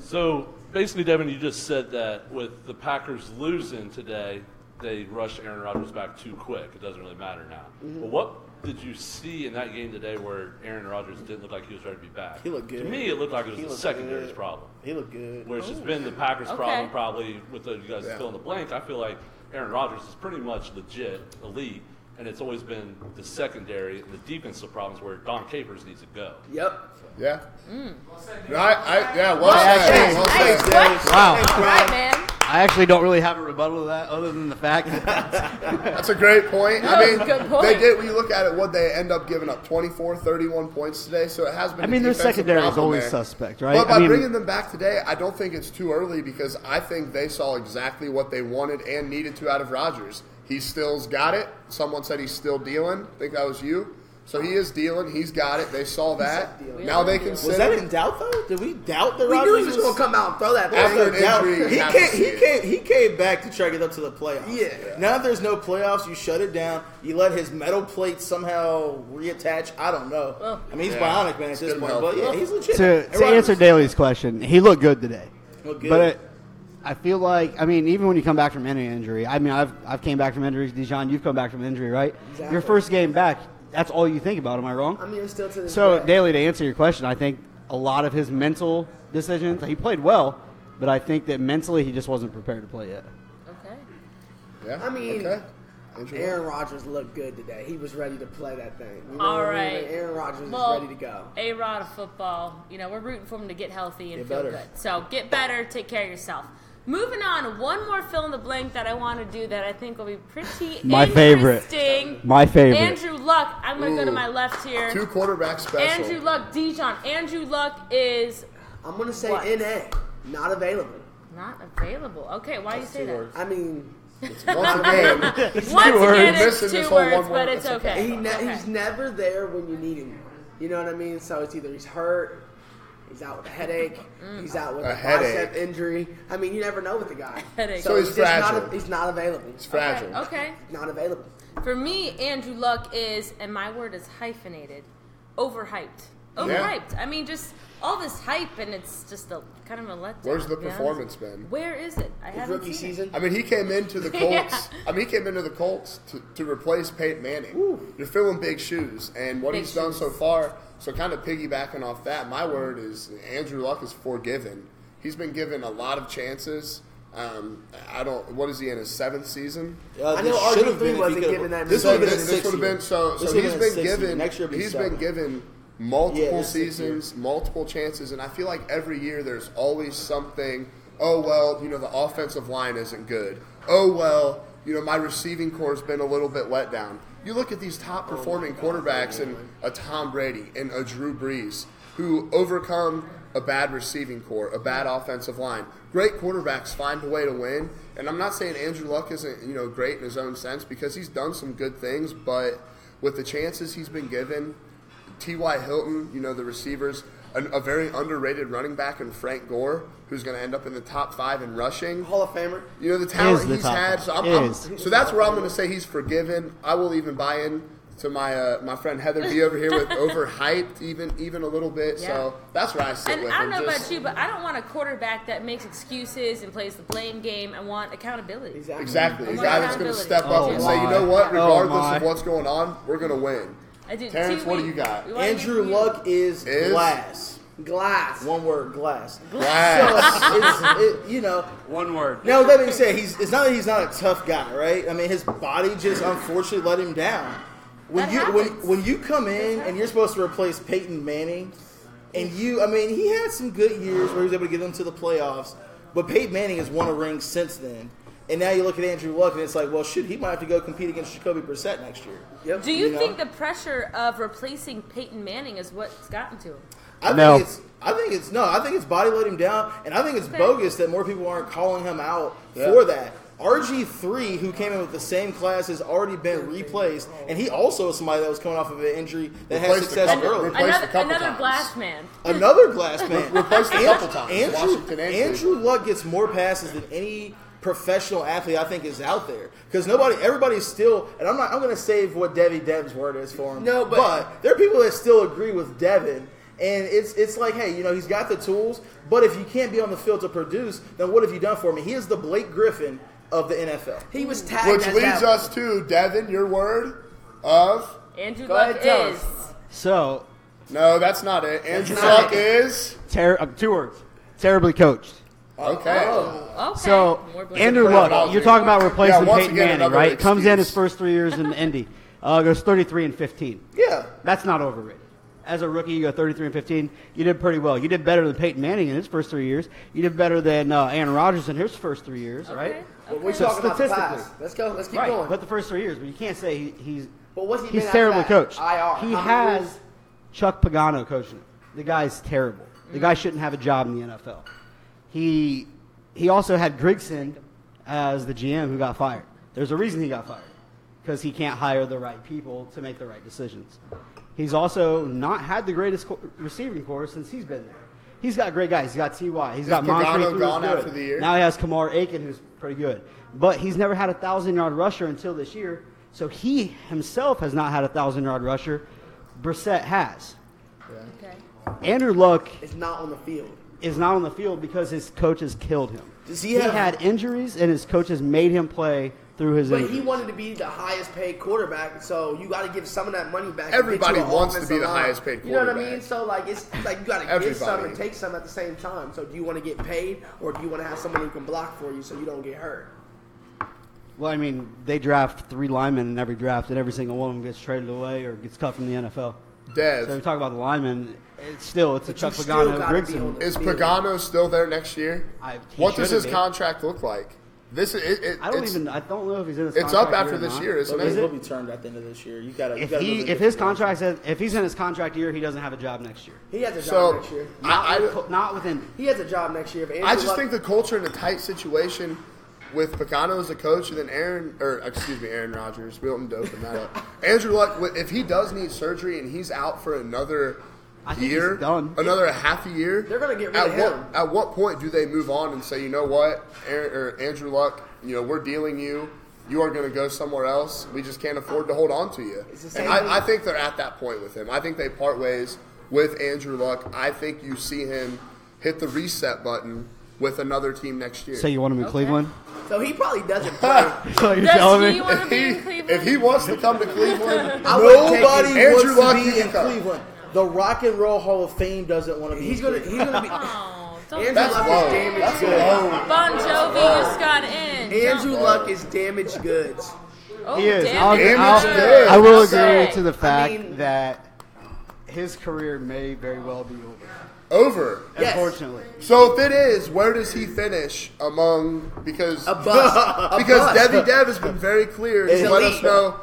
F: So basically, Devin, you just said that with the Packers losing today, they rushed Aaron Rodgers back too quick. It doesn't really matter now.
E: Mm-hmm.
F: But what did you see in that game today where Aaron Rodgers didn't look like he was ready to be back?
E: He looked
F: To
E: good.
F: me, it looked like it was
E: He
F: the
E: looked
F: secondary's
E: good.
F: problem,
E: He looked good. Oh.
F: which has been the Packers'
A: Okay.
F: problem probably with the, you guys
B: Yeah.
F: fill in the blank. I feel like Aaron Rodgers is pretty much legit elite, and it's always been the secondary and the defensive problems where Don Capers needs to go.
C: Yep.
B: Yeah. No, I, I, yeah. Well
D: Yes.
B: said. Well
A: Nice
B: said.
A: question.
D: Wow.
A: All right, man.
D: I actually don't really have a rebuttal to that other than the fact that
B: That's a great point. I mean,
A: Good point.
B: they did. When you look at it, what they end up giving up 24, 31 points today. So it has been.
D: I
B: a
D: mean, their
B: defensive
D: secondary is
B: problem
D: always
B: there.
D: suspect, right?
B: But by
D: I mean-
B: bringing them back today, I don't think it's too early because I think they saw exactly what they wanted and needed to out of Rodgers. He still's got it. Someone said he's still dealing. I think that was you. So he is dealing. He's got it. They saw that. Now they can
E: Was
B: sit.
E: that in doubt though? Did we doubt the
C: We knew he
E: Rodgers
C: was going to come out and throw that
B: After
C: ball.
B: an injury,
E: He
B: you have
E: came,
B: to
E: he
B: see it.
E: came, he came back to try to get up to the playoffs.
C: Yeah.
E: Now that there's no playoffs, you shut it down. You let his metal plate somehow reattach. I don't know. I mean, he's bionic, man, at this
B: good
E: point.
B: help.
E: But yeah, he's legit.
D: to, to
E: Everybody
D: answer
E: was-
D: Daly's question, he looked good today.
E: Looked good.
D: But it, I feel like I mean, even when you come back from any injury, I mean, I've I've came back from injuries. Dijon, you've come back from injury, right?
C: Exactly.
D: Your first game back, that's all you think about. Am I wrong?
C: I mean, it's still to this
D: So,
C: day.
D: Daly, to answer your question, I think a lot of his mental decisions, he played well, but I think that mentally he just wasn't prepared to play yet.
A: Okay.
B: Yeah.
C: I mean,
B: okay. Andrew
C: Aaron Rodgers looked good today. He was ready to play that thing. You know
A: All
C: what I mean?
A: right.
C: Like, Aaron Rodgers
A: Well,
C: is ready to go.
A: A Rod of football. You know, we're rooting for him to get healthy and
E: Get
A: feel
E: better.
A: good. So get better, take care of yourself. Moving on, one more fill in the blank that I want to do that I think will be pretty
D: My favorite.
A: interesting.
D: My favorite.
A: Andrew Luck. I'm going to go to
B: Ooh.
A: my left here.
B: Two quarterback special.
A: Andrew Luck, Dijon. Andrew Luck is
C: I'm gonna say
A: What?
C: NA, not available.
A: not available. Okay, why do you say
E: two
A: that?
E: words.
C: I mean,
B: It's once again,
A: Once again,
B: words.
A: it's
B: Missing this
A: two
B: whole
A: words,
B: one
A: but
B: word.
A: it's
B: It's
A: okay.
B: okay.
C: he ne-
A: Okay.
C: he's never there when you need him. You know what I mean? So it's either he's hurt, he's out with a headache,
D: Mm.
C: he's out with
B: A
C: a,
B: headache.
C: bicep injury. I mean, you never know with the guy.
A: Headache.
C: So,
B: So
C: he's
B: he's
C: just not
B: fragile.
C: he's not available.
B: it's fragile.
A: Okay.
C: Not available.
A: For me, Andrew Luck is, and my word is hyphenated, overhyped. Overhyped. I mean, just all this hype, and it's just a kind of a letdown.
B: Where's the
A: to be honest.
B: performance been?
A: Where is it? I
C: His
A: haven't
C: rookie
A: seen it.
C: season.
B: I mean, he came into the
A: Yeah.
B: Colts. I mean, he came into the Colts to, to replace Peyton Manning. You're filling big shoes, and what
A: Big
B: he's done so
A: shoes.
B: far. So, kind of piggybacking off that, my word is Andrew Luck is forgiven. He's been given a lot of chances. Um, I don't. What is he in his seventh season?
E: Uh,
C: I
E: this
C: know
E: should've
C: RG3
E: been if he
C: wasn't
E: could've-
C: given that
E: This
C: many
E: would have been
C: votes.
E: a
B: this
E: six
B: would have
E: year.
B: been so.
E: This
B: So
E: would've
B: he's
E: a
B: been
E: six year.
B: given.
E: Next year, will be
B: he's
E: seven.
B: been given multiple
E: six year.
B: seasons, multiple chances, and I feel like every year there's always something. Oh well, you know the offensive line isn't good. Oh well, you know my receiving core's been a little bit let down. You look at these top performing quarterbacks and a Tom Brady and a Drew Brees who overcome a bad receiving core, a bad offensive line. Great quarterbacks find a way to win, and I'm not saying Andrew Luck isn't you know great in his own sense because he's done some good things, but with the chances he's been given, T.Y. Hilton, you know, the receivers, an, a very underrated running back in Frank Gore, who's going to end up in the top five in rushing.
C: Hall of Famer.
B: You know, the talent
D: the
B: he's
D: top
B: had.
D: five.
B: So, I'm, I'm-
D: Is.
B: so that's where I'm going to say he's forgiven. I will even buy in to my uh, my friend Heather B over here with overhyped, even even a little bit.
A: Yeah.
B: So that's where I sit
A: And
B: with
A: I don't
B: him.
A: know
B: Just-
A: about you, but I don't want a quarterback that makes excuses and plays the blame game. I want accountability.
C: Exactly.
D: Oh
B: Exactly. A
A: Well,
B: guy that's going to
A: accountability.
B: step up
A: Oh
B: and say, you
D: my.
B: know what,
D: Oh
B: regardless
D: my.
B: of what's going on, we're going to win.
A: I do.
B: Terrence,
A: T,
B: what
A: we-
B: do you got?
A: we wanna hear
E: Andrew
A: from you.
E: Luck is,
B: Is?
E: glass.
C: Glass.
E: One word, glass.
B: Glass.
E: So it's, it, you know.
G: One word.
E: Now with that being said, he's it's not that he's not a tough guy, right? I mean, his body just unfortunately let him down. When
A: That
E: you when,
A: happens.
E: when you come in
A: That
E: and you're supposed to replace Peyton Manning, and you, I mean, he had some good years where he was able to get them to the playoffs, but Peyton Manning has won a ring since then. And now you look at Andrew Luck, and it's like, well, shit, he might have to go compete against Jacoby Brissett next year.
C: Yep.
A: Do you,
E: You know?
A: think the pressure of replacing Peyton Manning is what's gotten to him?
E: I
D: No.
E: think it's. I think it's no. I think it's body let him down, and I think it's bogus that more people aren't calling him out for that. RG three, who came in with the same class, has already been replaced, and he also is somebody that was coming off of an injury that had
B: Replaced a
E: success
B: couple-
E: early.
B: replaced- Replaced
A: Another,
B: a couple
A: another
B: times.
A: glass man.
E: Another glass man
B: Replaced a couple times.
E: Andrew,
B: Washington and
E: Andrew Luck gets more passes than any professional athlete I think is out there because nobody, everybody's still, and I'm not, I'm going to save what Debbie Dev's word is for him.
C: No, but-
E: there are people that still agree with Devin. And it's it's like, hey, you know, he's got the tools, but if you can't be on the field to produce, then what have you done for me? He is the Blake Griffin of the NFL.
C: He was tagged
B: Which
C: as
B: leads
C: that.
B: us to, Devin, your word of.
A: Andrew
C: Go
A: Luck
C: ahead, tell
A: is.
D: So,
B: No, that's not it. Andrew
C: That's not
B: Luck
C: it.
B: is
D: ter- uh, two words. Terribly coached. Oh.
B: okay.
A: Okay.
D: So
A: More blame.
D: Andrew Luck, you're talking about replacing
B: Yeah, once
D: Peyton
B: again,
D: Manning,
B: another
D: right? Comes in
B: excuse.
D: his first three years in Indy, uh, goes 33 and 15.
E: Yeah,
D: That's not overrated. As a rookie, you go 33 and 15. You did pretty well. You did better than Peyton Manning in his first three years. You did better than uh, Aaron Rodgers in his first three years,
A: Okay,
D: right?
A: okay.
C: We're
D: So
C: talking about the
D: statistically-
C: past. Let's go. Let's keep
D: right.
C: going.
D: But the first three years, but you can't say he, he's
C: But what's he
D: he's
C: been
D: terribly
C: after that?
D: coached.
C: IR.
D: He
C: How many
D: has
C: years?
D: Chuck Pagano coaching him. The guy's terrible. The
C: Mm-hmm.
D: guy shouldn't have a job in the NFL. He he also had Grigson as the GM who got fired. There's a reason he got fired because he can't hire the right people to make the right decisions. He's also not had the greatest co- receiving core since he's been there. He's got great guys. He's got Ty. He's got
B: Pagano
D: Moncrief, who's
B: gone
D: good.
B: after the year?
D: Now he has Kamar Aiken, who's pretty good. But he's never had a thousand yard rusher until this year. So he himself has not had a thousand yard rusher. Brissett has.
A: Okay.
D: Andrew Luck
C: It's not on the field.
D: is not on the field because his coaches killed him.
E: Does he have-
D: had injuries, and his coaches made him play through his
C: But
D: injuries.
C: he wanted to be the highest paid quarterback, so you got to give some of that money back. to get
B: Everybody
C: you an
B: wants to be
C: offensive
B: the
C: line.
B: highest paid
C: You know what I
B: quarterback.
C: mean? So like, it's like you got to give
B: Everybody.
C: some and take some at the same time. So do you want to get paid, or do you want to have someone who can block for you so you don't get hurt?
D: well, I mean, they draft three linemen in every draft, and every single one of them gets traded away or gets cut from the NFL. So we
B: Dev,
D: talk about the linemen. it's still it's a
C: But
D: Chuck
C: you still
D: Pagano
C: gotta be on
D: Grigson.
C: the-
B: Is Pagano still there next year?
D: I- he
B: what does his
D: should've been.
B: contract look like? This is it, it,
D: I don't
B: it's,
D: even I don't know if he's in. His
B: it's up
D: contract
B: after
D: or
B: this
D: not.
B: year, isn't
E: He'll be-
B: it?
E: he'll be termed at the end of this year. You got to.
D: If he if his contract says if he's in his contract year, he doesn't have a job next year.
C: He has a job
B: So
C: next year.
B: I, I,
D: Co- Not within.
C: He has a job next year. If Andrew
B: I just
C: Luck-
B: think the culture in a tight situation with Pagano as a coach, and then Aaron, or excuse me, Aaron Rodgers, we don't need to open that up. Andrew Luck, wi- if he does need surgery and he's out for another
D: I think
B: year,
D: he's done.
B: another half a year,
C: They're gonna get rid
B: at
C: of
B: what,
C: him.
B: At what point do they move on and say, you know what, Aaron, or Andrew Luck, you know, we're dealing you. You are going to go somewhere else. We just can't afford to hold on to you.
C: It's the same
B: And
C: thing.
B: I, I think they're at that point with him. I think they part ways with Andrew Luck. I think you see him hit the reset button with another team next year.
D: Say you want him in Cleveland.
C: so he probably doesn't play.
D: So you're
A: Does
D: telling
A: he
D: me?
A: want to
B: if,
A: be
B: he,
A: in Cleveland?
B: if he wants to come to Cleveland,
C: I would take
E: Nobody
C: him.
B: Andrew
E: wants to
B: Luck, you
E: be
B: can
E: in
B: come.
E: Cleveland. The Rock and Roll Hall of Fame doesn't want to be.
C: He's
E: in
C: gonna.
E: Cleveland.
C: He's gonna be.
A: Oh, don't
C: Andrew
B: That's
C: Luck
B: low.
C: is damaged
B: That's
C: goods.
B: low.
A: Bon Jovi just got in.
C: Andrew
A: Don't-
C: Luck is damaged goods.
A: oh,
D: He is.
A: damn
D: I'll,
A: it.
B: Damn
D: I'll-
B: it's good.
D: I will
A: Okay.
D: agree to the fact
C: mean-
D: that his career may very well be over.
B: over.
C: Yes.
D: Unfortunately,
B: So if it is, where does he finish among because
C: A bust. A
B: because
C: bust.
B: Debbie Dev has been very clear
E: He's
B: to let
C: elite.
B: us know.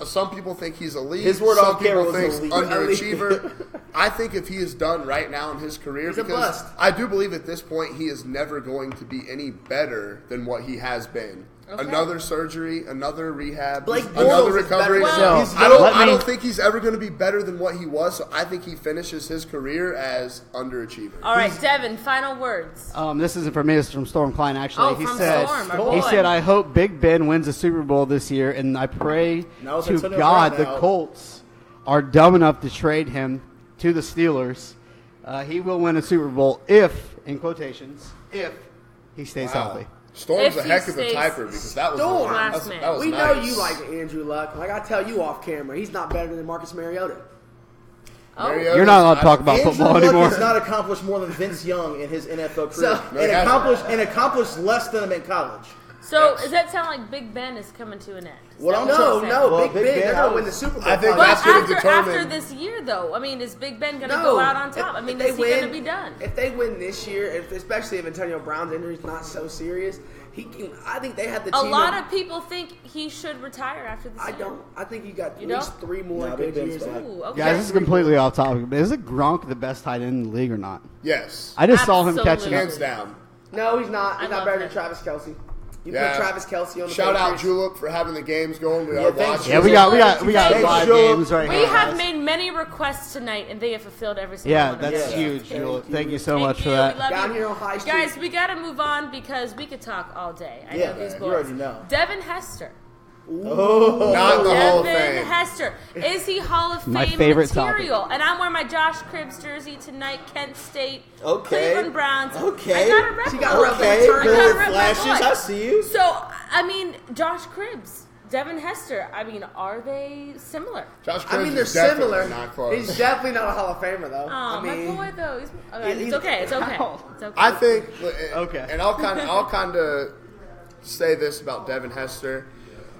B: uh, Some people think he's elite.
E: His word
B: Some
E: on camera
B: people
E: was
B: think
E: elite.
B: underachiever. I think if he is done right now in his career,
C: He's a
B: because
C: bust.
B: I do believe at this point he is never going to be any better than what he has been.
A: Okay.
B: Another surgery, another rehab,
C: Blake
B: another
C: Bortles is
B: recovery.
C: better
A: than
D: him. So,
B: I don't.
D: let
B: I
D: me-
B: don't think he's ever going to be better than what he was. So I think he finishes his career as underachiever.
A: All right, Devin, final words.
D: um, this isn't from me. It's from Storm Klein. Actually,
A: Oh,
D: he
A: from
D: said
A: Storm, our
D: he
A: boy.
D: said I hope Big Ben wins a Super Bowl this year, and I pray
E: Now it's
D: to
E: Antonio
D: God
E: Brown
D: the
E: out.
D: Colts are dumb enough to trade him to the Steelers. Uh, he will win a Super Bowl if, in quotations, if uh, he stays healthy.
B: Storm's
A: If
B: a
A: he
B: heck of a
A: stays-
B: typer because that was
C: Storm.
B: that's-
A: Last
B: that was
C: We know
B: nice.
C: you like Andrew Luck. Like I tell you off camera, he's not better than Marcus Mariota.
A: Oh,
B: Mariota.
D: You're not allowed to talk about
E: Andrew
D: football
E: Luck
D: anymore.
E: has not accomplished more than Vince Young in his NFL career,
C: So-
B: No, he
E: and
B: hasn't.
E: accomplished and accomplished less than him in college.
A: So does that sound like Big Ben is coming to an end? Is
E: What
A: that
E: I'm
C: No,
A: you're
E: saying-
C: no,
E: Well,
C: Big,
E: Big
C: Ben,
E: Ben,
C: they're
E: I
C: gonna
E: was-
C: win the Super Bowl.
B: I think
C: probably.
A: But
B: that's gonna
A: after,
B: determine-
A: after this year, though, I mean, is Big Ben going to
C: No.
A: go out on top? I
C: If-
A: mean,
C: if
A: is he going to be done?
C: If they win this year, if, especially if Antonio Brown's injury is not so serious, he can. I think they have the
A: A
C: team.
A: lot
C: to-
A: of people think he should retire after this
C: I
A: year.
C: don't. I think you got
A: You
C: at least
A: don't?
C: three more
E: No, Big
C: good years.
E: Ben's back.
A: Ooh, okay.
D: Guys, this is completely off topic, but is it Gronk the best tight end in the league or not?
B: yes,
D: I just saw him catching up.
B: hands down.
C: No, he's not. He's
A: I
C: not
A: love
C: better
A: him.
C: than Travis Kelsey. You
B: Yeah.
C: put Travis Kelsey on the
B: Shout out
C: Patriots.
B: Julep for having the games going. We
E: Yeah,
B: are
E: thanks,
B: watching.
D: Yeah, we got we got we got
A: Hey,
D: live
E: Jewel,
D: games right
A: We
D: here.
A: have made many requests tonight, and they have fulfilled every single
D: yeah,
A: one. of them.
D: that's
E: Yeah.
D: huge,
E: Thank
D: Jewel.
E: you.
D: Thank you so
A: Thank
D: much for
A: you. We
D: that.
A: love
C: Down
A: you.
C: here on High Street.
A: Guys, we got to move on because we could talk all day. I
E: Yeah,
A: know these
E: you
A: boys.
E: already know.
A: Devin Hester.
B: not the whole
A: Devin
B: thing.
A: Hester. Is he Hall of Fame
D: My favorite
A: material? And I'm wearing my Josh Cribbs jersey tonight, Kent State,
E: Okay.
A: Cleveland Browns.
E: Okay.
A: I got a rep.
C: She
A: him.
C: got a rep.
E: Okay,
C: I gotta
E: Billy
A: rep my
E: flashes.
A: boy.
E: I see you.
A: So, I mean, Josh Cribbs, Devin Hester, I mean, are they similar?
B: Josh
C: I mean,
B: Cribbs
C: they're
B: is definitely
C: similar.
B: Not close.
C: He's definitely not a Hall of Famer, though.
A: Oh,
C: I mean,
A: my boy, though. He's, okay,
C: he-
A: it's okay. It's okay.
D: Ow.
A: It's okay.
B: I think.
D: Okay.
B: Okay. And I'll kind of I'll kind of say this about Devin Hester.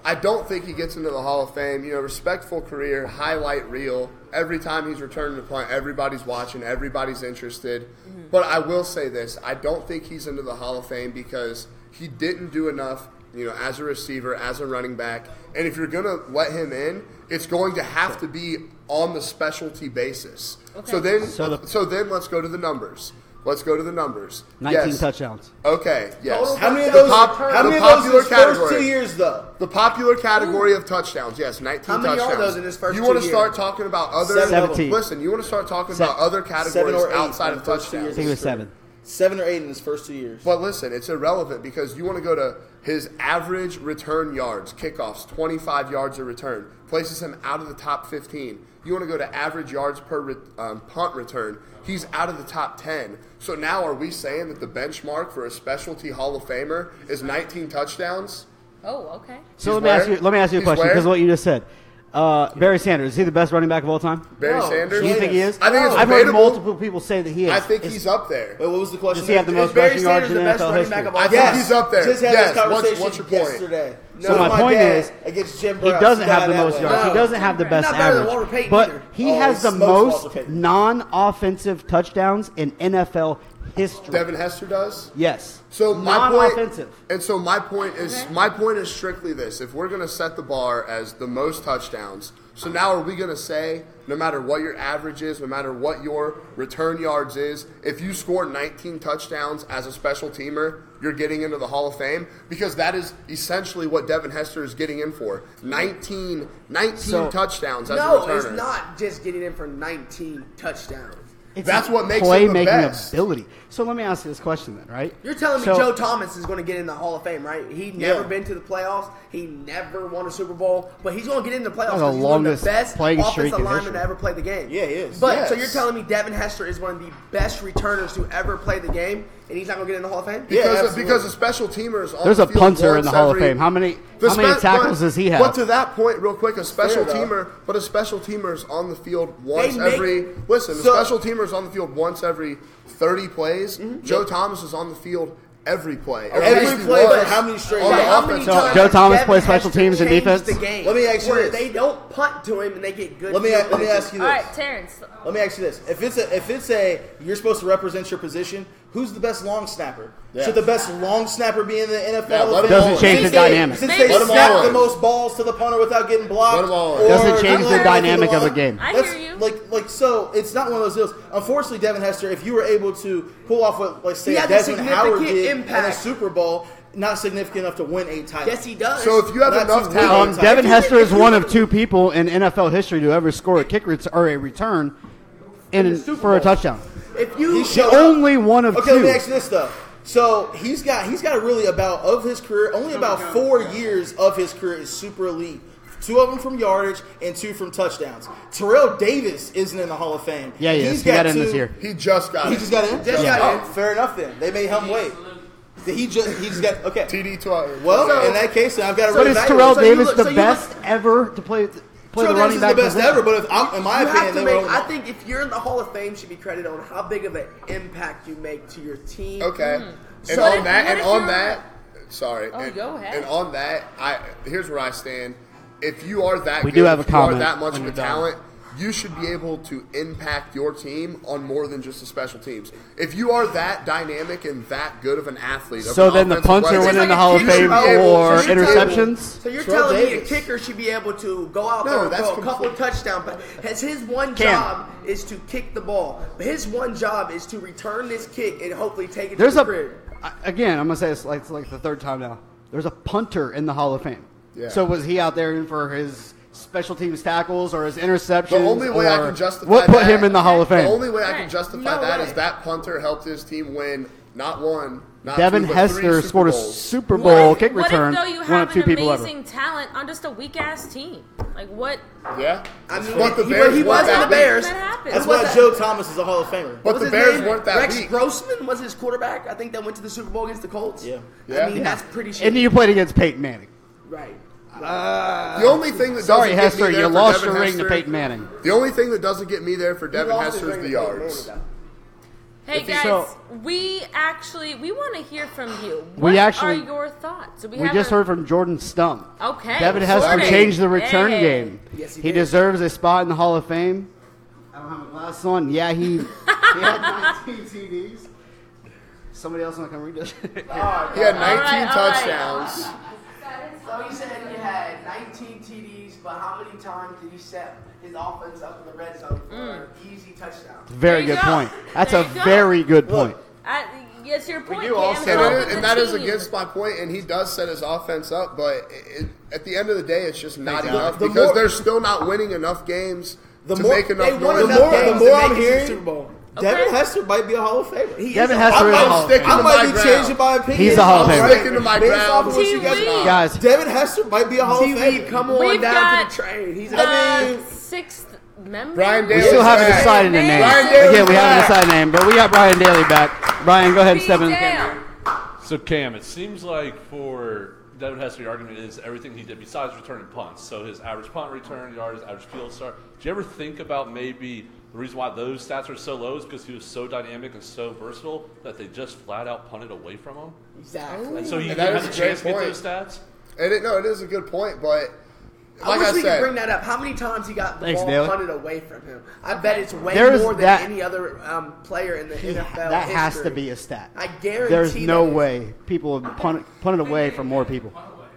B: I don't think he gets into the Hall of Fame. You know, respectful career, highlight reel. Every time he's returning the punt, everybody's watching, everybody's interested. But I will say this: I don't think he's into the Hall of Fame because he didn't do enough. You know, as a receiver, as a running back, and if you're going to let him in, it's going to have to be on the specialty basis. So
A: Okay.
B: then,
D: So
B: so,
D: the-
B: then let's go to the numbers. Let's go to the numbers.
D: 19
B: Yes.
D: touchdowns.
B: Okay. Yes.
C: Total
E: How many of
B: The
E: those?
B: pop-
E: how
B: the
E: many of those
B: popular
E: in his first
B: category.
E: two years, though?
B: The popular category of touchdowns. Yes, 19
C: How many are
B: touchdowns.
C: those in his first
B: you
C: two
B: wanna
C: years?
B: start talking about other
E: Seven
D: of them.
B: Listen, you want to start talking
D: Seven.
B: about other
E: Seven
B: categories
E: or eight
B: outside
E: in
B: of
E: the first two
B: touchdowns.
D: I think it was seven.
E: Seven or eight in his first two years.
B: But listen, it's irrelevant because you want to go to his average return yards, kickoffs, 25 yards a return, places him out of the top 15. You want to go to average yards per re- um, punt return, he's out of the top 10. So now are we saying that the benchmark for a specialty Hall of Famer is 19 touchdowns?
A: Oh, okay.
B: He's
D: So let me ask
B: where?
D: you. Let me ask you a
B: He's
D: question
B: where?
D: because what you just said. Uh, Barry Sanders is he the best running back of all time?
B: Barry
E: No,
B: Sanders.
D: Do you think he is?
B: I think it's
D: I've heard
B: debatable.
D: multiple people say that he is.
B: I think
D: Is-
B: he's up there.
E: Wait, what was the question?
D: Does he have the
E: Is
D: most
E: Barry
D: rushing yards
E: Sanders
D: in
E: the best
D: NFL
E: running back
D: history?
E: of all
B: I think
E: time?
B: he's up there.
E: Just had
B: Yes,
E: this
B: what's-
E: conversation
B: what's your point?
E: yesterday.
D: So
E: No,
D: my point
E: dad
D: is,
E: against Jim
D: He
E: Brown,
D: doesn't
E: got
D: have the
E: that
D: most
E: way.
D: yards. He
C: No.
D: doesn't have the
A: He's
D: best
C: not better than
D: average.
C: Walter Payton
D: but
C: either.
D: he
E: Oh,
D: has
E: he
D: the
E: smokes Walter
D: most
E: Payton.
D: non-offensive touchdowns in NFL history.
B: Devin Hester does.
D: yes.
B: So my point,
D: non-offensive.
B: and so my point is
A: Okay.
B: my point is strictly this: if we're going to set the bar as the most touchdowns, so now are we going to say no matter what your average is, no matter what your return yards is, if you score 19 touchdowns as a special teamer, you're getting into the Hall of Fame because that is essentially what Devin Hester is getting in for 19, 19
D: So-
B: touchdowns as a
C: No,
B: returner.
C: it's not just getting in for 19 touchdowns.
D: It's
B: That's
D: his
B: what makes him the
D: playmaking
B: best.
D: ability. So let me ask you this question then, right?
C: You're telling me
D: So-
C: Joe Thomas is going to get in the Hall of Fame, right? He never
E: Yeah.
C: been to the playoffs. He never won a Super Bowl, but he's going to get in the playoffs
D: the
C: 'cause he's one of
D: longest
C: the best
D: playing streak
C: offensive
D: in
C: linemen
D: history.
C: to ever play the game.
E: Yeah, he is.
C: But so
B: Yes.
C: you're telling me Devin Hester is one of the best returners to ever play the game, and he's not going to get in the Hall of Fame?
E: Yeah,
B: Because,
E: absolutely.
B: because a special teamer is on
D: There's
B: the
D: a
B: field
D: punter
B: once
D: in the Hall of
B: every-
D: Fame. How many
B: The
D: how many
B: spe-
D: tackles
B: but-
D: does he have?
B: But to that point, real quick, a special
E: Fair enough.
B: teamer, but a special teamer is on the field once
C: make-
B: every. Listen,
C: So-
B: a special teamer is on the field once every thirty plays. Joe Thomas is on the field every play. Or at
E: Mm-hmm. Every
B: least he
E: play,
B: was
E: but how many straight
B: on
E: yards?
B: the
C: How many
B: offensive
D: So,
C: times
B: side.
D: Joe
C: has
D: Thomas
C: Devin
D: play special
C: Hester
D: teams and
C: changed
D: defense?
C: The game
E: Let me ask you
C: where
E: this.
C: They don't punt to him and they get good.
E: Let me
C: field
E: let me
C: position.
E: ask you
A: All right,
E: this.
A: Terrence.
E: Let me ask you this: if it's a if it's a you're supposed to represent your position, who's the best long snapper?
G: Yes.
E: Should the best long snapper be in the NFL?
B: Yeah, let 'em
D: Doesn't
B: all
D: change
B: in.
D: the
E: they-
D: dynamic.
E: Since they
A: Let 'em
E: snap
B: all
E: the
B: in.
E: most balls to the punter without getting blocked,
B: Let 'em all in.
E: or-
D: Doesn't change the
E: Let 'em
D: dynamic
E: all
D: of a
E: in.
D: game.
A: I
E: That's-
A: hear you.
E: Like, like so, it's not one of those deals. Unfortunately, Devin Hester, if you were able to pull off what, like, say,
C: He had a
E: Desmond Howard
C: significant
E: did in a
C: impact.
E: Super Bowl, not significant enough to win a title.
C: Yes, he does.
B: So if you have
E: That's
B: enough
E: who-
B: talent,
D: Um,
E: If
D: Devin
E: you-
D: Hester
E: if
D: is
E: you-
D: one of two people in NFL history to ever score a kick ret- or a return in,
C: the Super
D: for a
C: Bowl.
D: touchdown.
C: if you
E: He showed up.
D: Only one of
E: Okay,
D: two.
E: let me ask you this though. So he's got he's got really about of his career only
C: Oh
E: about four years of his career is super elite. Two of them from yardage and two from touchdowns. Terrell Davis isn't in the Hall of Fame.
D: yeah, he
E: He's
D: is. He got in
E: two- Uh,
D: this year.
B: he just got
E: He
B: it.
E: just got in.
C: Just
D: Yeah.
C: got in.
E: Oh, fair enough. Then they made him wait. Did He just he just got okay.
B: TD to
E: Well,
B: so,
E: in that case, I've got to.
D: But is
E: reevaluate.
D: Terrell
C: so you
D: Davis
C: look-
D: the
C: so you look-
D: best ever to play play the
E: Terrell Davis
D: running
E: is
D: back
E: the best
D: position?
E: ever, but if I'm, in my
C: you
E: opinion,
C: have to
E: they
C: make.
E: were-
C: I think if you're in the Hall of Fame, should be credited on how big of an impact you make to your team.
B: Okay. And
A: So- Mm. What
B: on
A: if-
B: that,
A: what
B: and
A: if
B: on
A: you're-
B: that, sorry.
A: Oh,
B: and,
A: go ahead.
B: And on that, I here's where I stand. If you are that,
D: We
B: good,
D: do have
B: if
D: a
B: you are
D: comment
B: that much
D: when
B: of a
D: you're done.
B: talent, you should be able to impact your team on more than just the special teams. If you are that dynamic and that good of an athlete, of
D: So
B: an
D: then the
B: offensive
D: punter
B: weapon,
D: went in the
B: you
D: Hall of
B: should be
D: Fame
B: able-
D: for
B: you should be able-
D: interceptions.
C: So you're
E: Terrell
C: telling
E: Davis.
C: me a kicker should be able to go out
B: No,
C: there and
B: that's
C: throw a couple
B: complete-
C: touchdown passes. His one
D: Cam.
C: job is to kick the ball. But his one job is to return this kick and hopefully take it
D: There's
C: to
D: a
C: the crib.
D: I- again. I'm gonna say it's like, it's like the third time now. There's a punter in the Hall of Fame.
B: Yeah.
D: So was he out there for his special teams tackles or his interceptions?
B: The only way I
D: or
B: can justify
D: what put
B: that-
D: him in the Hall of Fame.
B: The only way I
A: Okay.
B: can justify
C: No
B: that is
C: way.
B: that punter helped his team win not one, not
D: Uh, Devin
B: two, but three
D: Hester
B: Super
D: scored a
B: Bowls.
D: Super Bowl
A: what if,
D: kick
A: what
D: return.
A: If, though you have
D: one of two
A: an
D: people ever.
A: amazing talent on just a weak ass team. Like what?
B: Yeah,
C: I mean,
B: But the
C: he-
B: Bears
C: he
B: won
C: was in
B: that
C: the Bears.
A: That happened.
E: that's
C: What
E: why
C: was
E: Joe Thomas is a Hall of Famer.
B: But the
C: What was his
B: Bears
C: name?
B: weren't that
C: Rex
B: weak.
C: Grossman was his quarterback. I think that went to the Super Bowl against the Colts.
E: Yeah.
B: Yeah.
C: I mean,
B: Yeah.
C: that's pretty shit.
D: And you played against Peyton Manning.
C: right.
B: The only thing that
D: Sorry,
B: doesn't
D: Hester,
B: get me there
D: you
B: for
D: lost
B: Devin
D: your ring
B: Hester,
D: to Peyton Manning.
B: The only thing that doesn't get me there for
C: He
B: Devin
C: lost
B: Hester
C: his
B: is the
C: ring to Peyton
B: yards.
C: Manning,
A: Hey guys,
D: So-
A: we actually we want to hear from you.
D: We
A: What
D: actually-
A: are your thoughts? Do
D: We
A: have
D: just
A: a- Oh,
D: heard from Jordan Stump.
A: Okay,
D: Devin
A: Jordan.
D: Hester changed the return
A: Hey.
D: game.
C: Yes, he
D: he
C: did.
D: deserves a spot in the Hall of Fame. I don't have my glasses on. Yeah, he, he had 19 TDs. Somebody else want to come read this?
B: He had 19
A: right, all right.
B: touchdowns.
C: So he said he had 19 TDs, but how many times did he set his offense up in the red zone for an
D: Mm.
C: easy touchdown?
A: There
D: very
A: you
D: good
A: go.
D: point. That's
A: There
D: a
A: you go.
D: very good point.
A: I, yes, your point.
B: You
A: Cam,
B: all
A: it's
B: said
A: all
B: it,
A: for
B: and
A: the
B: that is
A: team.
B: against my point, And he does set his offense up, but it, at the end of the day, it's just not enough
E: The
B: because
E: more-
B: they're still not winning enough games
E: The
B: to
E: more-
B: make enough
E: they won
B: noise.
E: enough The more- games the more
C: to
E: I'm
C: make it to the
E: hearing-
C: Super Bowl.
E: Devin
A: Okay.
E: Hester might be a Hall of Famer.
C: He
D: Devin
C: is a-
D: Hester is a
E: I'm
D: Hall of
B: sticking
E: I
B: to
E: might
B: my
E: be
B: ground.
E: changing my opinion.
D: He's a Hall of
E: I'm
D: Famer.
B: sticking to my
E: Based
B: ground.
E: off of what you
A: TV.
E: guys got.
D: Guys,
E: Devin Hester might be a Hall of
C: TV,
E: Famer.
C: come on
A: We've
C: down
A: got-
C: to the train. He's
E: I mean-
A: The sixth member.
B: Brian
D: we
B: Daly.
D: still haven't
B: back.
D: decided a name.
A: Brian
B: Daly's
D: Again, we haven't
B: back.
D: decided a name, but we got Brian Daly back. Brian, go ahead and step in.
A: Down.
F: So Cam, it seems like for Devin Hester, your argument is everything he did besides returning punts. So his average punt return yards, average field start. Do you ever think about maybe the reason why those stats are so low is because he was so dynamic and so versatile that they just flat out punted away from him?
C: Exactly.
F: So he
B: And
F: didn't
B: that
F: have
B: is
F: a
B: a great
F: chance to get
B: point.
F: those stats?
B: And it, no, it is a good point, but
C: I
B: like
C: wish
B: I,
C: we
B: said,
C: could bring that up. How many times he got the
D: Thanks,
C: ball
D: Dale.
C: punted away from him? I bet it's way
D: There's
C: more than
D: that-
C: any other um, player in the
B: Mm.
C: NFL.
D: that has to
C: history.
D: be a stat.
C: I guarantee
D: There's no
C: that-
D: way people have punted, punted away from more people.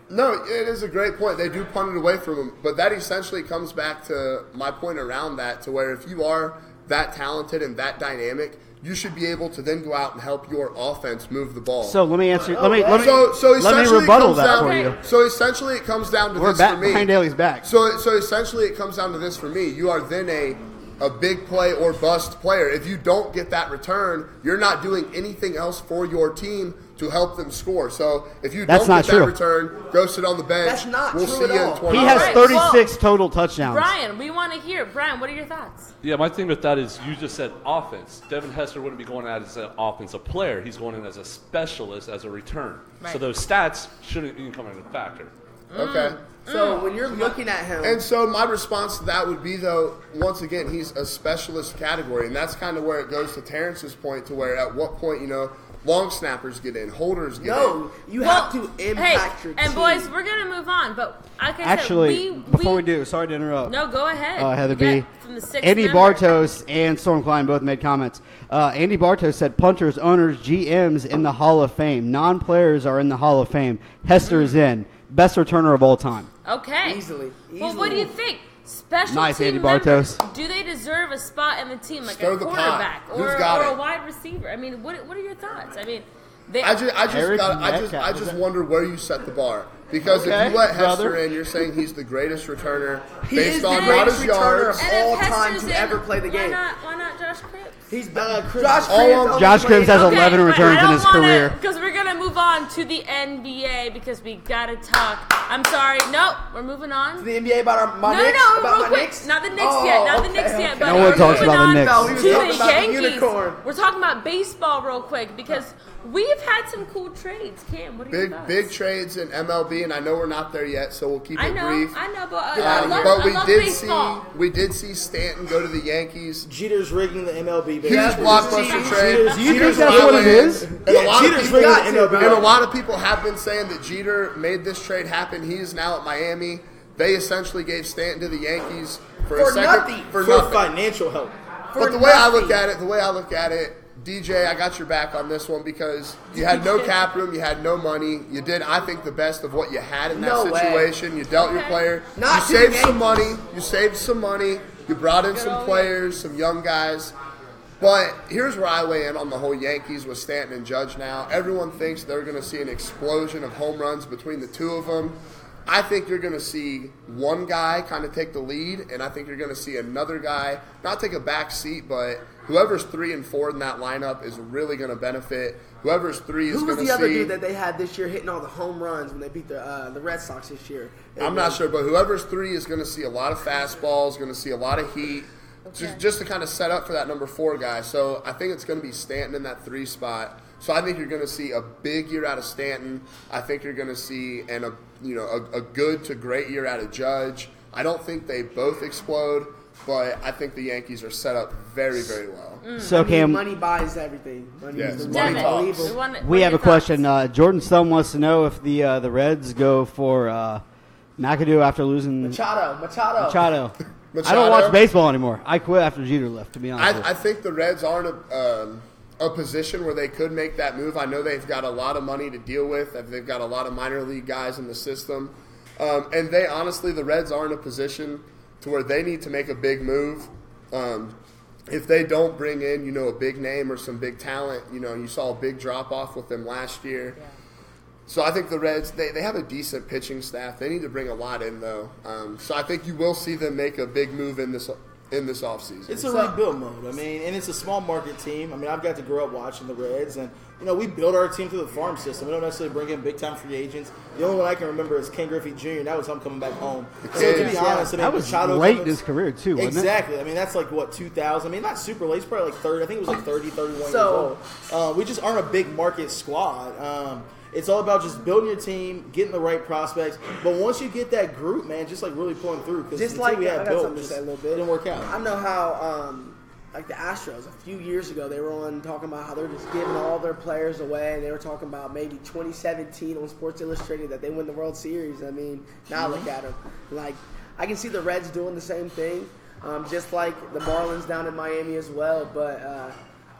B: No, it is a great point. They do punt it away from him, but that essentially comes back to my point around that, to where if you are that talented and that dynamic, you should be able to then go out and help your offense move the ball.
D: So let me answer. Let me let me
B: so, so
D: let me
B: essentially it
D: rebuttal
B: comes
D: that
B: down,
D: for you.
B: So essentially, it comes down to
D: We're
B: this
D: back
B: for me.
D: behind Daly's back.
B: So, so essentially, it comes down to this for me. You are then a a big play or bust player. If you don't get that return, you're not doing anything else for your team to help them score. So if you
D: That's
B: don't
D: not
B: get
D: true.
B: that return, go sit on the bench.
C: That's not
B: we'll
C: true
B: see
C: at
B: you
C: all.
B: in
C: He
B: 20
D: He has
A: Alright,
D: 36
A: well,
D: total touchdowns.
A: Brian, we want to hear. Brian, what are your thoughts?
F: Yeah, my thing with that is you just said offense. Devin Hester wouldn't be going out as an offensive player. He's going in as a specialist, as a return. So
A: Right.
F: those stats shouldn't even come into factor.
B: Okay.
C: So when you're looking at him,
B: Mm. And so my response to that would be though, once again, he's a specialist category, and that's kind of where it goes to Terrence's point, to where at what point you know long snappers get in, holders get in.
C: no, you have to impact
A: hey,
C: your team.
A: and boys, we're gonna move on. But like I
D: Actually,
A: said, we,
D: before we do, sorry to interrupt.
A: no, go ahead.
D: uh, Heather
A: Get
D: B.
A: from the sixth
D: Andy
A: member.
D: Bartos and Storm Klein both made comments. Uh, Andy Bartos said punters, owners, GMs in the Hall of Fame. Non players are in the Hall of Fame. Hester is in. Best returner of all time.
A: Okay.
C: Easily,
A: Well, what do
C: easily.
A: you think? Special
D: Nice,
A: team
D: Andy
A: members,
D: Bartos.
A: Do they deserve a spot in the team, like
B: Stir
A: a
B: the pot.
A: quarterback
B: Who's
A: or,
B: got
A: or a
B: it?
A: wide receiver? I mean, what what are your thoughts? I mean, they.
B: I just, I just,
D: Eric
B: got, I just,
D: Metcalf,
B: I
D: is
B: just
D: that-
B: wonder where you set the bar because
D: Okay,
B: if you let Hester
D: brother.
B: in, you're saying he's the greatest returner
C: He
B: based
C: is the
B: on not
C: greatest
B: his
C: returner
B: yards.
C: of
A: and if
C: all time
A: Hester's
C: to
A: in,
C: ever play the
A: Why
C: game.
A: not? Why not Josh Cripps?
C: He's uh, Josh
B: All
C: Cribbs.
B: I'm-
C: only
D: Josh Cribbs
C: played-
D: has a- 11 returns in his career.
A: Because we're gonna move on to the NBA because we gotta talk. I'm sorry. No, we're moving on.
C: the NBA about our my
A: no,
C: Knicks,
A: no,
C: about
A: real
C: my
A: quick.
C: Knicks?
A: Not the Knicks
C: Oh,
A: yet. Not the
C: okay,
A: Knicks yet.
C: okay.
A: But
D: No one
A: we're
D: talks
A: moving
D: about the
A: on
D: Knicks. No, we
C: was
A: to
C: talking
A: the
C: about the
A: Yankees.
C: unicorn.
A: We're talking about baseball real quick because we've had some cool trades. Cam, what are your
B: Big,
A: thoughts?
B: big trades in MLB, and I know we're not there yet, so we'll keep
A: I
B: it
A: know,
B: brief.
A: I know, but uh, I
B: Um,
A: love,
B: but
A: I
B: we
A: love
B: did
A: baseball.
B: see, we did see Stanton go to the Yankees.
E: Jeter's rigging the MLB. Baby.
B: Huge blockbuster
E: Jeter's-
B: trade.
D: Do you think
E: Jeter's
D: that's
E: rigging-
D: what it is?
B: And a lot of
E: Jeter's
B: people-
E: rigging
C: got
E: the
C: to,
E: MLB.
B: And a lot of people have been saying that Jeter made this trade happen. He is now at Miami. They essentially gave Stanton to the Yankees for,
C: For
B: a second
C: nothing.
B: for
E: for
B: nothing.
E: financial help.
B: But the way I look at it, the way I look at it, DJ, I got your back on this one because you had no cap room, you had no money, you did, I think, the best of what you had in that
C: No way.
B: situation. You dealt your
A: Okay.
B: player,
C: Not to
B: you saved
C: the
B: some
C: Yankees.
B: money, you saved some money, you brought in
A: old
B: some players, some young guys. But here's where I weigh in on the whole Yankees with Stanton and Judge now. Everyone thinks they're going to see an explosion of home runs between the two of them. I think you're going to see one guy kind of take the lead, and I think you're going to see another guy not take a back seat, but whoever's three and four in that lineup is really going to benefit. Whoever's three is
C: Who was
B: going to
C: the
B: see.
C: other dude that they had this year hitting all the home runs when they beat the uh, the Red Sox this year?
B: I'm not sure, but whoever's three is going to see a lot of fastballs, going to see a lot of heat, just, just to kind of set up for that number four guy. So I think it's going to be Stanton in that three spot. So I think you're going to see a big year out of Stanton. I think you're going to see and a you know a, a good to great year out of Judge. I don't think they both explode, but I think the Yankees are set up very very well.
A: Hmm.
D: So, Cam,
C: Money buys everything. Money
B: Yes,
C: is the
B: money
A: Devin,
C: one
B: talks.
A: we,
C: unbelievable.
A: want- what
D: we
A: are
D: have a
A: your
D: question.
A: thoughts?
D: Uh, Jordan Stone wants to know if the uh, the Reds go for uh, McAdoo after losing
C: Machado, Machado.
D: Machado. I
B: Machado?
D: don't watch baseball anymore. I quit after Jeter left, to be honest. with you.
B: I, I think the Reds are in a, um, a position where they could make that move. I know they've got a lot of money to deal with. and They've got a lot of minor league guys in the system. Um, and they honestly, the Reds are in a position to where they need to make a big move. Um, if they don't bring in, you know, a big name or some big talent, you know, you saw a big drop off with them last year. So I think the Reds they, they have a decent pitching staff. They need to bring a lot in though. Um, so I think you will see them make a big move in this in this offseason.
E: It's a rebuild mode. I mean, and it's a small market team. I mean, I've got to grow up watching the Reds, and you know, we build our team through the farm system. We don't necessarily bring in big time free agents. The only one I can remember is Ken Griffey Jr. and That was him coming back home. So to be
B: Yeah.
E: honest, I mean,
D: That was
E: Machado
D: late in his career, too, wasn't it?
E: exactly. I mean, that's like what 2000. I mean, not super late. It's probably like 30. I think it was like 30, 31
C: So-
E: years old. Uh, we just aren't a big market squad. Um, it's all about just building your team, getting the right prospects. But once you get that group, man, just like really pulling through. Because
C: Just like
E: we
C: I
E: had
C: got
E: built,
C: something to
E: just
C: say a little bit.
E: didn't work out.
C: I know how, um, like the Astros, a few years ago, they were on talking about how they're just giving all their players away, and they were talking about maybe 2017 on Sports Illustrated that they win the World Series. I mean, now
E: Mm-hmm.
C: look at them. Like, I can see the Reds doing the same thing, um, just like the Marlins down in Miami as well. But uh,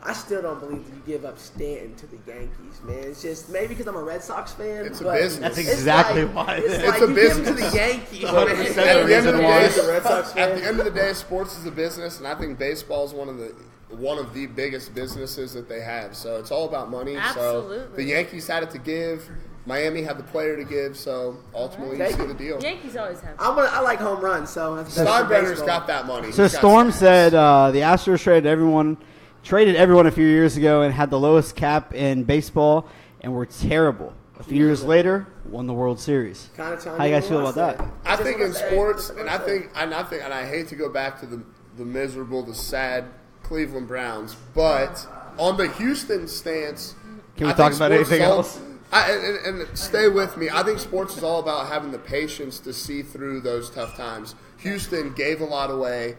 C: I still don't believe that you give up Stanton to the Yankees, man. It's just maybe because I'm a Red Sox fan.
B: It's a
C: but
B: business. That's
C: it's
D: exactly
C: like-
D: why it
C: It's,
D: is.
C: like
B: It's a
C: you give 'em to
B: business.
C: the Yankees. man.
D: 100%
B: At the end of the day-
E: He's a Red Sox fan.
B: At the end of the day, sports is a business, and I think baseball is one of the one of the biggest businesses that they have. So it's all about money. So
A: Absolutely.
B: the Yankees had it to give. Miami had the player to give. So ultimately, you see the deal.
A: Yankees always have.
C: I want. I like home runs, so that's- that's
B: Steinbrenner's
C: baseball.
B: got that money.
D: So
B: He's got
D: Storm
B: stats.
D: said uh, the Astros traded everyone, traded everyone a few years ago and had the lowest cap in baseball and were terrible. A few years later, won the World Series.
C: Kinda chime
D: How you
C: in
D: guys
C: on
D: feel
C: what
D: about
C: I
D: that?
C: said.
B: I
C: Just
B: think
C: what
B: in
C: said.
B: sports,
C: Just what
B: and
C: I
B: I
C: said.
B: think, and I think, and I hate to go back to the the miserable, the sad Cleveland Browns, but on the Houston stance,
D: Can we
B: I
D: talk
B: think
D: about
B: sports
D: anything
B: is all-
D: else?
B: I, and, and stay with me. I think sports is all about having the patience to see through those tough times. Houston gave a lot away,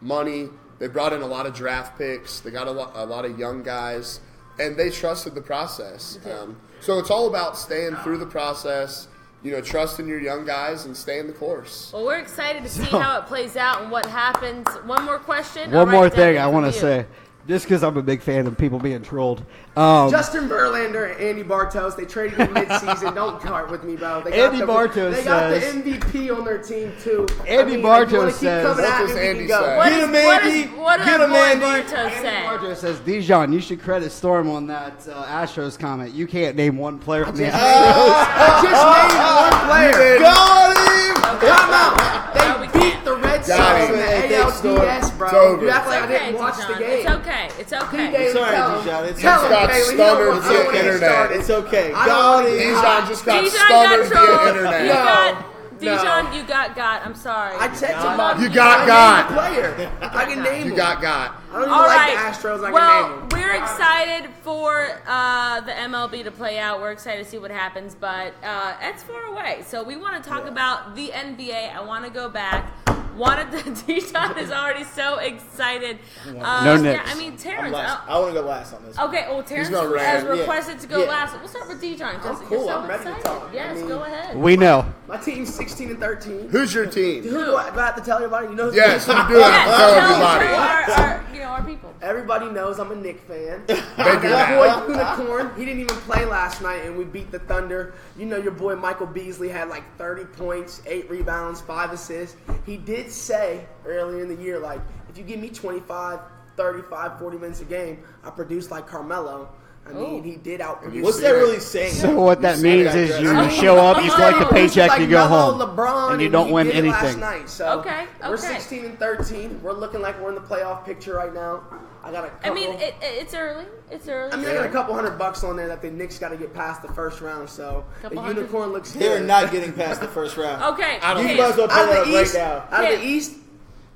B: money. They brought in a lot of draft picks. They got a lot, a lot of young guys, and they trusted the process. Um, so it's all about staying through the process. You know, trusting your young guys and staying the course.
A: Well, we're excited to see how it plays out and what happens. One more question. All
D: One
A: right,
D: more
A: Devin,
D: thing I
A: from
D: want
A: you.
D: to say, just because I'm a big fan of people being trolled. Um,
C: Justin Verlander and Andy Bartos, they traded him midseason. Don't cart with me, bro. They
D: Andy
C: the,
D: Bartos
C: They got
D: says-
C: the MVP on their team, too.
D: Andy
C: you wanna
D: Bartos
C: keep
D: says-
C: coming
B: What
C: at
B: does
C: me, we can
B: Andy
C: go.
B: say?
A: What
E: Get
A: is-
E: him,
A: what
E: Andy.
A: is- what does
E: Get him,
A: Boy
E: Andy.
A: Bartos
D: Andy
A: say?
D: Bartos says Dijon, you should credit Storm on that uh, Astros comment. You can't name one player on the Astros.
C: I just named one player.
E: Got him!
C: Time out.
A: No, we
C: They beat
A: can't.
C: the Red
B: Got
C: Sox
B: it.
C: in the
E: Hey, thanks,
C: ALDS,
B: It's
C: bro.
B: over.
C: You act like I
A: It's okay,
C: didn't watch the
A: Dijon.
C: game.
A: It's okay. It's
C: P.
A: okay.
C: Daly,
E: Sorry,
C: tell him.
E: Dijon, it's-
C: Tell
E: He's
C: him,
B: got
C: Bailey. He
B: stumbled
C: don't want-
B: via
C: I don't want to get
B: internet.
C: started.
E: It's okay.
C: I
E: Got
C: don't-
E: him.
B: Dijon just got
A: Dijon got
B: stuttered via
A: trolled. You
B: internet.
A: got
C: No.
A: Dijon. You got got. I'm sorry.
C: I texted him.
B: You got
C: I
B: got.
C: named the player. I can name
B: You
C: him.
B: got got.
C: I don't even
A: All
C: like
A: right.
C: the Astros. I
A: well,
C: can name them.
A: we're excited for uh, the MLB to play out. We're excited to see what happens, but uh, it's far away. So we want to talk about the NBA. I want to go back. Wanted the Dijon is already so excited. Uh,
D: No
A: yeah,
D: Knicks.
A: I mean,
E: I'm
A: Terrence.
E: last.
A: uh,
E: I want to go last on this.
A: okay, well, Terrence
B: gonna
A: has
B: rant,
E: yeah.
A: requested to go
E: Yeah.
A: last. We'll start with Dijon because
C: I'm
A: you're
C: cool,
A: so
C: I'm ready
A: excited.
C: to talk. I
A: Yes,
C: mean-
A: go ahead.
D: We know.
C: My team's 16 and 13.
B: Who's your team?
C: Who do I, do I have to tell everybody? You know who
B: Yes, you do
A: yes,
B: have to tell
A: tell-
B: everybody.
A: tell our, our, you know, our people.
C: Everybody knows I'm a Nick fan.
B: They do
C: My
B: that.
C: boy Unicorn, he didn't even play last night, and we beat the Thunder. You know your boy Michael Beasley had like 30 points, eight rebounds, five assists. He did say earlier in the year, like, if you give me 25, 35, 40 minutes a game, I produce like Carmelo. I mean,
A: Ooh.
C: he did outproduce.
E: What's
C: me.
E: that really saying?
D: So what that means is you show up, you
C: I'm
D: collect the
C: saying, it's
D: paycheck,
C: like
D: you go
C: Melo,
D: home,
C: LeBron,
D: and you don't
C: he
D: win
C: did it Last
D: anything.
C: night, so
A: Okay,
C: we're
A: okay.
C: 16 and 13. We're looking like we're in the playoff picture right now. I got a couple.
A: I mean, it, it- it's early. It's early.
C: I mean, I got a couple hundred bucks on there that the Knicks got to get past the first round. So
A: Couple
C: the
A: hundred?
C: unicorn looks
E: They're
C: good.
E: not getting past the first round.
A: okay.
B: I don't
E: You
A: Terrence.
E: guys will
C: out
E: pull
C: of
E: it
C: the East.
E: right now.
C: Out of
A: Yeah.
C: the East, uh,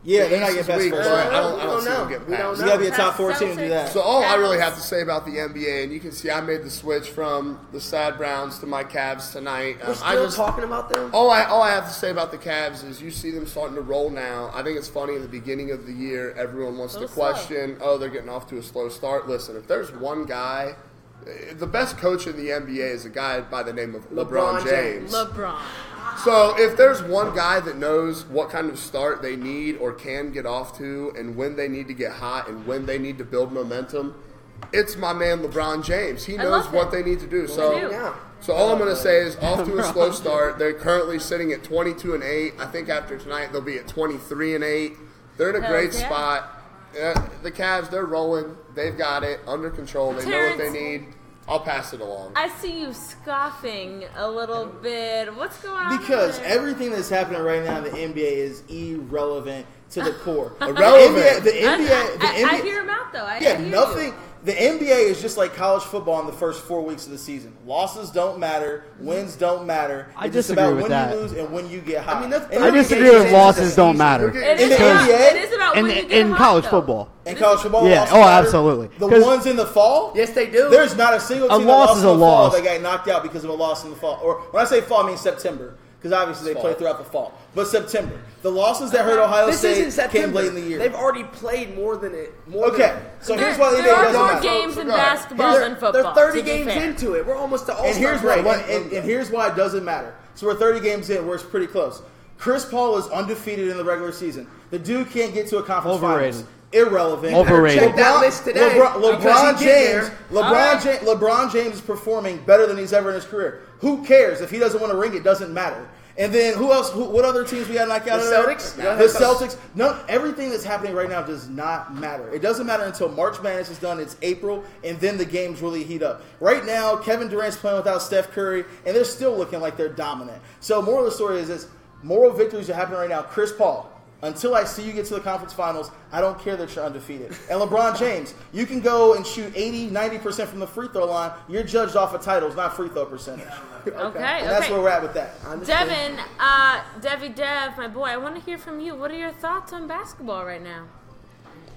E: Yeah, they're
B: East
E: not getting
B: is
E: past the
B: weak,
E: first
B: but
E: round.
B: I don't, I
C: We
B: don't
C: don't
B: see them
C: know.
B: getting
C: We don't
B: past.
E: You gotta be a top four team to do that.
B: So all I really have to say about the NBA, and you can see I made the switch from the sad Browns to my Cavs tonight. Um,
C: we're
B: I
C: still
B: just
C: talking about them.
B: all I all I have to say about the Cavs is you see them starting to roll now. I think it's funny in the beginning of the year, everyone wants to
A: Little slow.
B: question, oh, they're getting off to a slow start. Listen, if there's one guy, eh, the best coach in the NBA is a guy by the name of LeBron,
C: LeBron
B: James.
C: James.
A: LeBron.
B: So if there's one guy that knows what kind of start they need or can get off to, and when they need to get hot and when they need to build momentum, it's my man LeBron James. He
A: I
B: knows
A: love
B: what
A: it.
B: they need to
A: do.
B: do. So,
C: Yeah.
B: so all I'm going to say is off to a slow start. They're currently sitting at 22 and eight. I think after tonight they'll be at 23 and eight. They're in a
A: Hell
B: great
A: yeah.
B: spot. Uh, the Cavs, they're rolling. They've got it under control. They know what
A: Terrence.
B: they need. I'll pass it along.
A: I see you scoffing a little bit. What's going on?
E: Because
A: there?
E: everything that's happening right now in the NBA is irrelevant to the core.
B: Irrelevant.
E: The NBA, the
A: I-
E: NBA, the
A: I, I,
E: NBA
A: hear him out though. I, I
E: yeah,
A: hear
E: nothing.
A: you.
E: the NBA is just like college football in the first four weeks of the season. Losses don't matter, wins don't matter.
D: I
E: it's just
D: disagree
E: about
D: with
E: when
D: that.
E: you lose and when you get hot.
C: I mean, that's
E: and
D: I
C: every
D: disagree
C: game
D: with
C: is
D: losses
C: a
D: don't
C: season.
D: matter.
B: Look
A: It
B: at-
E: In
A: is
E: the
A: about,
E: NBA?
A: it is about
D: In,
A: when you get
D: in
A: hot,
D: college
A: though.
D: football.
E: in college football,
D: Yeah,
E: losses
D: oh,
E: matter.
D: absolutely.
E: The
D: 'Cause-
E: ones in the fall,
C: Yes, they do.
E: There's not a single
D: A
E: team
D: loss
E: that lost
D: is
E: in
D: a
E: the fall
D: loss.
E: that got knocked out because of a loss in the fall. Or when I say fall, I mean September. Because obviously they play throughout the fall. But September. The losses that hurt Ohio
C: Uh-huh. this
E: State
C: isn't September.
E: came late in the year.
C: They've already played more than it. More
E: Okay,
C: than-
E: so
A: There,
E: here's why the NBA
A: there are
E: doesn't
A: more
E: matter.
A: games in
B: Forgot.
A: basketball
C: they're,
A: than football.
C: They're 30
A: to be
C: games
A: fair.
C: into it. We're almost to all.
E: and here's why, and, and here's why it doesn't matter. So we're 30 games in, where it's pretty close. Chris Paul is undefeated in the regular season. The dude can't get to a conference
D: Overrated.
E: finals. Irrelevant.
D: Overrated.
C: Check that list today,
E: LeBron, LeBron
C: because he get
E: James.
C: there.
E: LeBron,
A: All right.
E: James LeBron James is performing better than he's ever in his career. Who cares if he doesn't want to ring? It doesn't matter. And then who else? Who, what other teams we got knocked out?
C: The
E: of there?
C: Celtics?
E: The Celtics. No, everything that's happening right now does not matter. It doesn't matter until March Madness is done. It's April, and then the games really heat up. Right now, Kevin Durant's playing without Steph Curry, and they're still looking like they're dominant. So, moral of the story is this: moral victories are happening right now. Chris Paul. Until I see you get to the conference finals, I don't care that you're undefeated. And LeBron James, you can go and shoot 80, 90% from the free throw line. You're judged off of titles, not free throw percentage.
A: Okay,
E: And that's
A: okay.
E: where we're at with that.
A: Devin, uh, Devi Dev, my boy, I want to hear from you. What are your thoughts on basketball right now?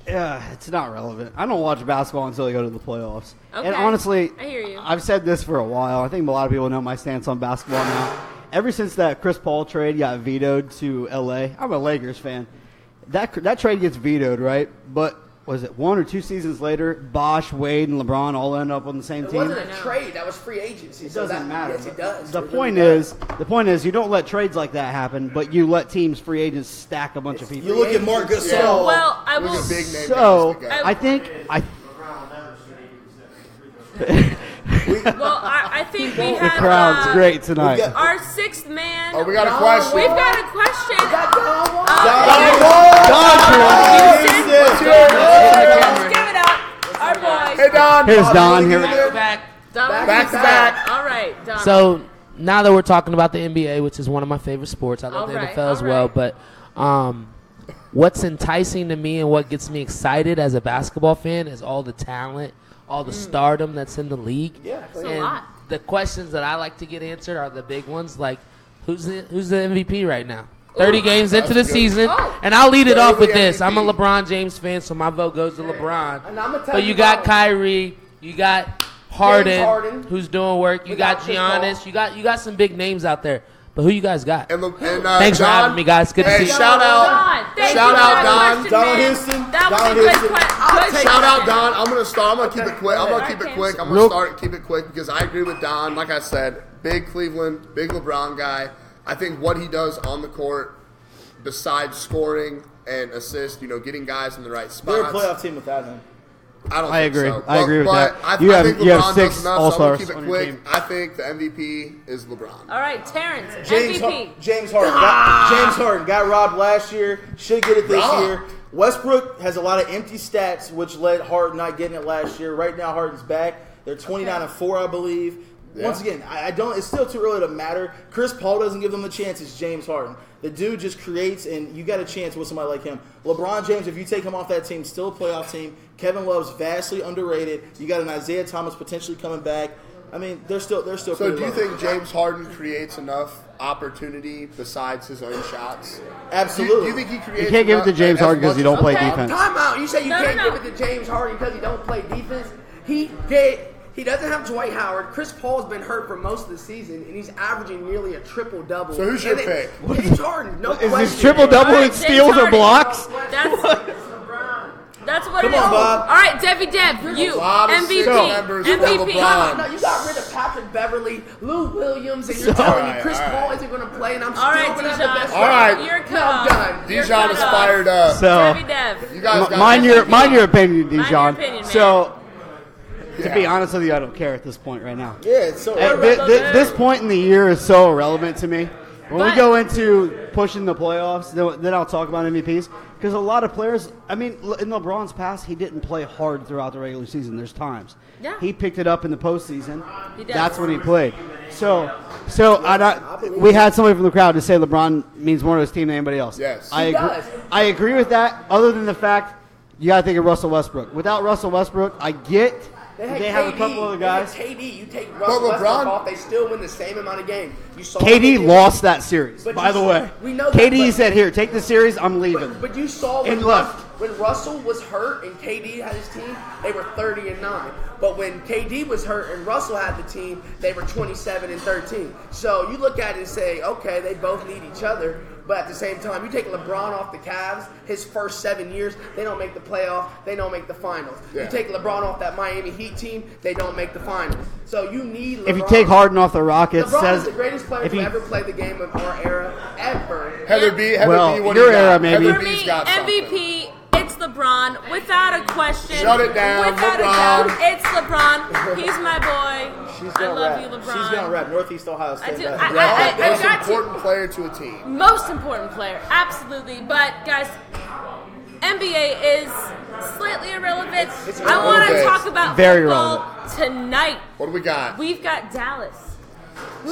D: Yeah, it's not relevant. I don't watch basketball until they go to the playoffs.
A: Okay.
D: And honestly,
A: I hear you.
D: I've said this for a while. I think a lot of people know my stance on basketball now. Ever since that Chris Paul trade got vetoed to LA, I'm a Lakers fan. That that trade gets vetoed, right? But was it one or two seasons later? Bosch, Wade, and LeBron all end up on the same
C: It
D: team.
C: wasn't a trade. That was free agency.
D: It doesn't matter.
C: Yes, it does.
D: The
C: It
D: point
C: really does.
D: is, the point is, you don't let trades like that happen, but you let teams, free agents, stack a bunch of people.
E: You look at Mark Gasol.
B: Yeah.
A: well, I
B: Look
A: will.
B: at big name.
D: so
B: guys that got-
D: I think I
A: Well, I, I think we
D: the
A: have
D: crowd's
A: uh,
D: great tonight.
E: got-
A: Our sixth man.
B: Oh, we got a
C: No,
B: question.
A: We've got a question. Um,
C: That's all I want.
A: Let's give it up. Our boy.
B: Hey Don.
D: Here's Don here.
A: Don
B: Back to
A: Russell.
B: back.
A: All right, Don.
G: So now that we're talking about the NBA, which is one of my favorite sports, I love
A: All
G: the
A: right,
G: NFL as
A: all
G: well.
A: right.
G: But um, what's enticing to me and what gets me excited as a basketball fan is all the talent, all the stardom that's in the league. Yeah,
A: It's a Mm. lot.
G: The questions that I like to get answered are the big ones, like who's the, who's the MVP right now? Thirty games into the
B: that's good.
G: season,
A: Oh.
G: and I'll lead it
B: They're
G: off with
B: the
G: this. I'm a
B: MVP.
G: LeBron James fan, so my vote goes to LeBron.
C: And I'ma tell
G: but
C: you
G: you got
C: why.
G: Kyrie, you got Harden,
C: Harden.
G: who's doing work. You
C: Without
G: got
C: Chris
G: Giannis.
C: Paul.
G: You got you got some big names out there. But who you guys got?
B: And, Le- and, uh,
G: Thanks for
B: Don.
G: having me, guys. Good to
B: Hey,
G: see you.
B: shout out.
A: Don, thank
B: shout
A: you for that
B: out Don.
A: question,
E: Don
A: man.
E: Houston.
A: That was
E: Don
A: a good
E: Houston.
A: question. Good
B: Shout out
A: question.
B: Don. I'm gonna start. I'm gonna keep it quick. I'm gonna
A: Okay.
B: keep it quick. I'm
D: Real-
B: gonna start. Keep it quick because I agree with Don. Like I said, big Cleveland, big LeBron guy. I think what he does on the court, besides scoring and assist, you know, getting guys in the right
E: They're a
B: spots.
E: playoff team without him.
B: I don't.
D: I
B: think
D: agree.
B: So.
D: I agree with
B: but
D: that.
B: I,
D: You
B: I
D: have-
B: think LeBron
D: you have six
B: does enough, so I'm
D: all-stars
B: gonna keep
D: on
B: it
D: your
B: quick.
D: team.
B: I think the MVP is LeBron.
A: All right, Terrence,
E: James,
A: MVP.
E: Har- James Harden. Got, James Harden got robbed last year. Should get it this
B: Robbed.
E: year. Westbrook has a lot of empty stats, which led Harden not getting it last year. Right now, Harden's back. They're 29 and four, I believe. Once again, I, I don't. It's still too early to matter. Chris Paul doesn't give them the chance. It's James Harden. The dude just creates, and you got a chance with somebody like him. LeBron James, if you take him off that team, still a playoff team. Kevin Love's vastly underrated. You got an Isaiah Thomas potentially coming back. I mean, they're still they're still.
B: So
E: pretty
B: do you
E: loaded.
B: think James Harden creates enough opportunity besides his own shots? Do you,
E: Absolutely.
B: do you think he creates?
D: You can't give it to
B: enough-
D: James
B: as
D: Harden because
B: much
D: he don't
B: as-
D: play
A: Okay.
D: defense.
C: Time out. You say you
A: No, no,
C: can't
A: no.
C: give it to James Harden because he don't play defense. He did. He doesn't have Dwight Howard. Chris Paul's been hurt for most of the season, and he's averaging nearly a triple double.
B: So who's your pick?
C: James Harden. No
D: Is
C: question.
D: this triple
A: All
D: double
A: right,
D: in
A: James
D: steals or
A: Harden.
D: blocks?
A: That's That's what
E: Come
A: it is.
E: on, Bob.
A: All right, Debbie Deb, you
B: lot of
A: MVP.
B: single members for
A: MVP.
B: LeBron.
C: No, you got rid of Patrick Beverly, Lou Williams, and you're
B: All
C: telling
B: right,
C: me Chris
B: all right.
C: Paul isn't going to play, and I'm
A: All right,
C: still going to have the
A: Dijon.
C: best
B: All right.
A: You're cut
C: No, I'm
A: off.
C: done.
A: You're
B: Dijon
A: cut
B: is
A: off.
B: fired up.
D: So,
A: Debbie Dev.
B: You guys got
D: mind
B: this.
D: your mind your opinion,
A: your
D: Dijon.
A: opinion, man.
D: So, to be
B: Yeah.
D: honest with you, I don't care at this point right now.
E: Yeah, it's so
D: At thi- thi- this point in the year is so irrelevant to me. When
A: But-
D: we go into pushing the playoffs, then, then I'll talk about MVPs because a lot of players. I mean, Le- in LeBron's past, he didn't play hard throughout the regular season. There's times
A: Yeah.
D: he picked it up in the postseason.
A: He does.
D: That's when he played. So, so I, don't- we had somebody from the crowd to say LeBron means more to his team than anybody else.
B: Yes.
D: I
C: He
D: agree.
C: does.
D: I agree with that. Other than the fact You got to think of Russell Westbrook. Without Russell Westbrook, I get they,
C: had
D: have a
C: KD.
D: couple other
C: They had
D: guys.
C: KD, you take Russell
B: But
C: Westbrook
B: LeBron-
C: off, they still win the same amount of games. You saw what they
D: KD
C: did.
D: lost that series,
C: But
D: by
C: you-
D: the way.
C: we know that,
D: KD
C: but-
D: said, "Here, take the series. I'm leaving."
C: But, but you saw when,
D: And left.
C: Rus- when Russell was hurt and KD had his team, they were 30 and 9. But when KD was hurt and Russell had the team, they were 27 and 13. So you look at it and say, okay, they both need each other. But at the same time, you take LeBron off the Cavs, his first seven years, they don't make the playoff, they don't make the finals.
B: Yeah.
C: You take LeBron off that Miami Heat team, they don't make the finals. So you need LeBron.
D: if you take Harden off the Rockets,
C: LeBron
D: says
C: is the greatest player
D: if
C: who
D: you,
C: ever played the game of our era, ever.
B: Heather B. Heather
D: Well,
B: B. What
D: your
B: do you
D: era,
B: got?
D: maybe.
B: Heather
A: For
B: B's
A: me,
B: got something.
A: MVP, it's LeBron, without a question.
B: Shut it down,
A: without
B: LeBron.
A: a doubt, it's LeBron. He's my boy.
E: She's
A: I
E: gonna
A: love
E: rap.
A: you, LeBron.
E: She's gonna rap. Northeast Ohio
A: I
E: State.
A: do. I,
E: rap.
A: I, I, I've
B: Most
A: got to.
B: important player to a team.
A: Most important player, absolutely. But guys, NBA is slightly irrelevant. I want to
B: irrelevant.
A: talk about
D: Very
A: football tonight.
B: What do we got?
A: We've got Dallas.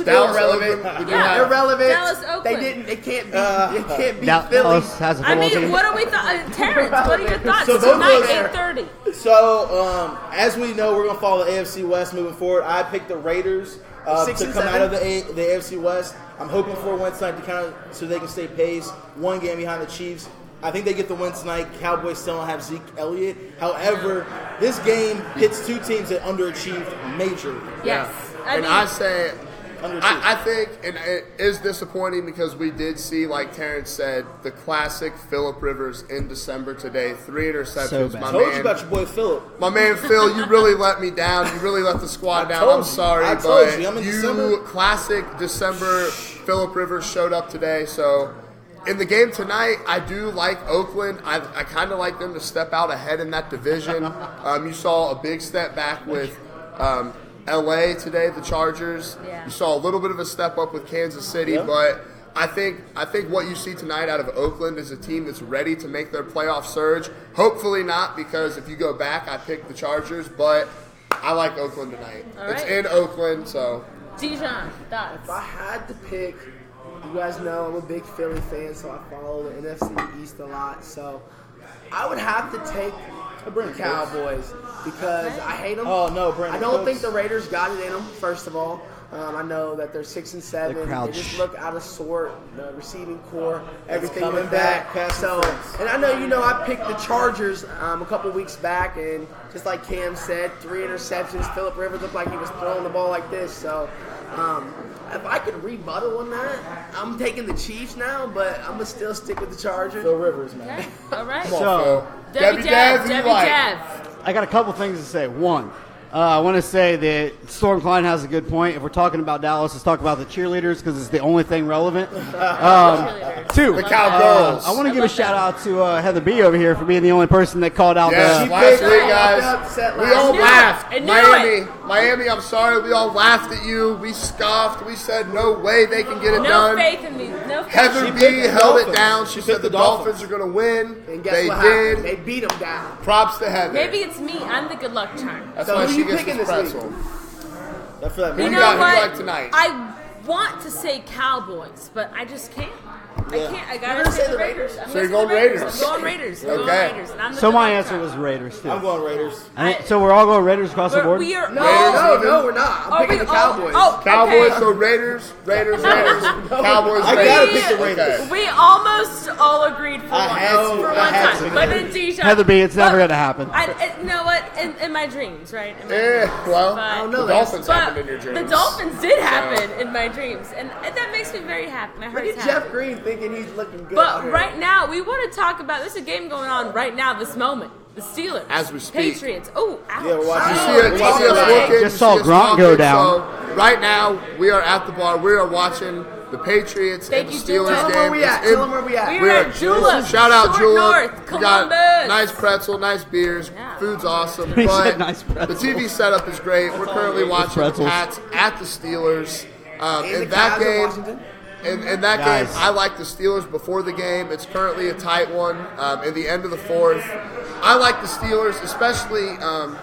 B: Dallas
C: irrelevant.
B: Oakland, we do
A: Yeah.
B: have-
C: irrelevant.
A: Dallas, Oakland.
C: They didn't. They can't beat.
E: Uh,
C: they can't beat
D: Dal-
C: Philly.
D: Dallas has a
A: I
D: football
A: mean,
D: team.
A: what are we thought, Terrence? What are your thoughts
E: So those
A: tonight?
E: are-
A: Eight thirty.
E: So, um, as we know, we're gonna follow the AFC West moving forward. I picked the Raiders uh, to
C: Six
E: come
C: and
E: out
C: seven?
E: of the, A- the AFC West. I'm hoping for a win tonight to kind of so they can stay pace, one game behind the Chiefs. I think they get the win tonight. Cowboys still don't have Zeke Elliott. However, this game hits two teams that underachieved majorly.
A: Yes.
B: Yeah.
A: I
B: and
A: mean,
B: I say,
E: Under two.
B: I, I think, and it is disappointing because we did see, like Terrence said, the classic Philip Rivers in December today. Three interceptions.
D: So bad.
B: my
E: Told
B: man,
E: you about your boy Philip.
B: my man Phil, you really let me down. You really let the squad
E: I
B: down.
E: told
B: I'm
E: you.
B: sorry,
E: I told
B: but
E: you. I'm in December.
B: classic December. Philip Rivers showed up today, so in the game tonight, I do like Oakland. I, I kind of like them to step out ahead in that division. Um, you saw a big step back with um, LA today, the Chargers.
A: Yeah.
B: You saw a little bit of a step up with Kansas City,
E: Yeah.
B: but. I think I think what you see tonight out of Oakland is a team that's ready to make their playoff surge. Hopefully not, because if you go back, I picked the Chargers, but I like Oakland tonight.
A: All
B: It's
A: right.
B: in Oakland, so
A: Dijon, thoughts.
C: If I had to pick, you guys know I'm a big Philly fan, so I follow the NFC East a lot. So I would have to take the Cowboys because I hate them.
E: Oh, no, Brandon
C: I don't
E: Cooks.
C: think the Raiders got it in them. First of all, um, I know that they're six and seven.
D: crowd
C: they just
D: sh-
C: look out of sort. The receiving core, everything
E: coming
C: went back.
E: back, pass
C: so,
E: defense.
C: and I know you know I picked the Chargers um, a couple weeks back, and just like Cam said, three interceptions. Philip Rivers looked like he was throwing the ball like this. So, um, if I could rebuttal on that, I'm taking the Chiefs now, but I'm gonna still stick with the Chargers.
E: Phil Rivers, man.
A: Okay. All right.
B: Come
D: So-
B: on, Phil.
A: Debbie
B: Dev,
A: Dev,
B: who you
A: Debbie
B: like? Um,
A: Dev.
D: I got a couple things to say. One, uh, I want to say that Storm Klein has a good point. If we're talking about Dallas, let's talk about the cheerleaders because it's the only thing relevant.
A: Cheerleaders.
D: Two,
B: The
D: uh,
B: Cowgirls.
D: I want
A: I
D: to give a
A: love
D: shout
A: that.
D: out to uh, Heather B over here for being the only person that called out
B: Yes,
D: the.
C: she
B: last
C: picked
B: week,
C: it. I was
B: guys,
C: upset
B: we
C: last
B: all
A: week.
B: laughed.
A: I knew it. I knew
B: Miami, Miami, I'm sorry, we all laughed at you. We scoffed. We said, no way they can get it
A: No
B: done.
A: faith in these. No faith.
B: Heather
E: She
B: B
E: picked the
B: held it
E: Dolphins.
B: down. She,
E: She
B: said
E: picked
B: the
E: the
B: Dolphins, are going to win.
C: And guess
B: they
C: what
B: did.
C: happened? They beat them down.
B: Props to Heather.
A: Maybe it's me. I'm the good luck charm.
B: That's
C: So
B: why
C: who
B: she
C: you
B: gets
C: picking
B: this
C: this week?
B: pretzel.
E: I feel like
A: You
B: Who
A: know
B: you got? Who
A: what?
B: you like tonight?
A: I want to say Cowboys, but I just can't. I can't. I gotta
C: gonna
A: say, the
C: say the
A: Raiders. I'm
B: So
A: gonna
B: you're
A: say
B: going
A: the
B: Raiders.
A: I'm going Raiders. I'm
B: Okay.
A: going Raiders. And I'm the
D: So
A: good
D: my
A: luck
D: answer
A: charm.
D: was Raiders too.
E: I'm going Raiders.
D: I think- so we're all going Raiders across the
A: We're,
D: board.
A: we are
C: No,
A: all.
C: no, no, we're not. I'm
A: Are
C: picking
A: we
C: the
A: all-
C: Cowboys.
A: oh,
B: Cowboys,
A: okay.
B: so Raiders, Raiders, Raiders, Cowboys,
E: I
B: Raiders.
E: gotta pick the Raiders.
B: Okay.
A: We almost all agreed for
E: I
A: once.
E: had to.
A: for
E: I
A: one
E: had
A: time.
E: to.
A: But in Dijon.
D: Heather B, it's never
A: But
D: gonna happen.
A: I, I- you know what? In, in my dreams, right? In my
B: Eh,
A: dreams.
B: well,
A: But-
B: I
C: don't
B: the
C: know.
B: Dolphins
A: But
B: happened in your dreams.
A: the Dolphins did happen in my dreams, and and that makes me very happy. My
C: Look
A: heart's
C: at
A: happy.
C: Jeff Green thinking he's looking good. out
A: But
C: here.
A: right now, we want to talk about there's a game going on right now, this moment. The Steelers,
B: As we speak.
A: Patriots. Oh, ouch.
E: Yeah, we're watching-
B: You see,
E: Oh,
B: it, you see us
E: okay.
B: looking.
D: Just
B: you
D: saw
B: see us
D: Gronk
B: talking,
D: go down.
B: So right now, we are at the bar. We are watching the Patriots
A: Thank
B: and the
A: you,
B: Steelers
A: Julep.
B: game.
C: Tell 'em where we
B: It's
C: at.
B: in-
C: Tell 'em where we at.
A: We
B: We're
A: are at
B: at
A: Julep.
B: Shout out
A: Short
B: Julep.
A: North,
B: We got
A: Columbus.
B: nice pretzel, nice beers.
A: Yeah.
B: Food's awesome.
D: He
B: but
D: said nice pretzel.
B: the TV setup is great. We're currently watching the
D: pretzels.
B: Pats at the Steelers. Um,
C: And
B: in
C: the
B: that
C: Cavs in
B: game,
C: Washington.
B: in, in that
D: Guys.
B: game, I like the Steelers before the game. It's currently a tight one um, in the end of the fourth. I like the Steelers, especially um,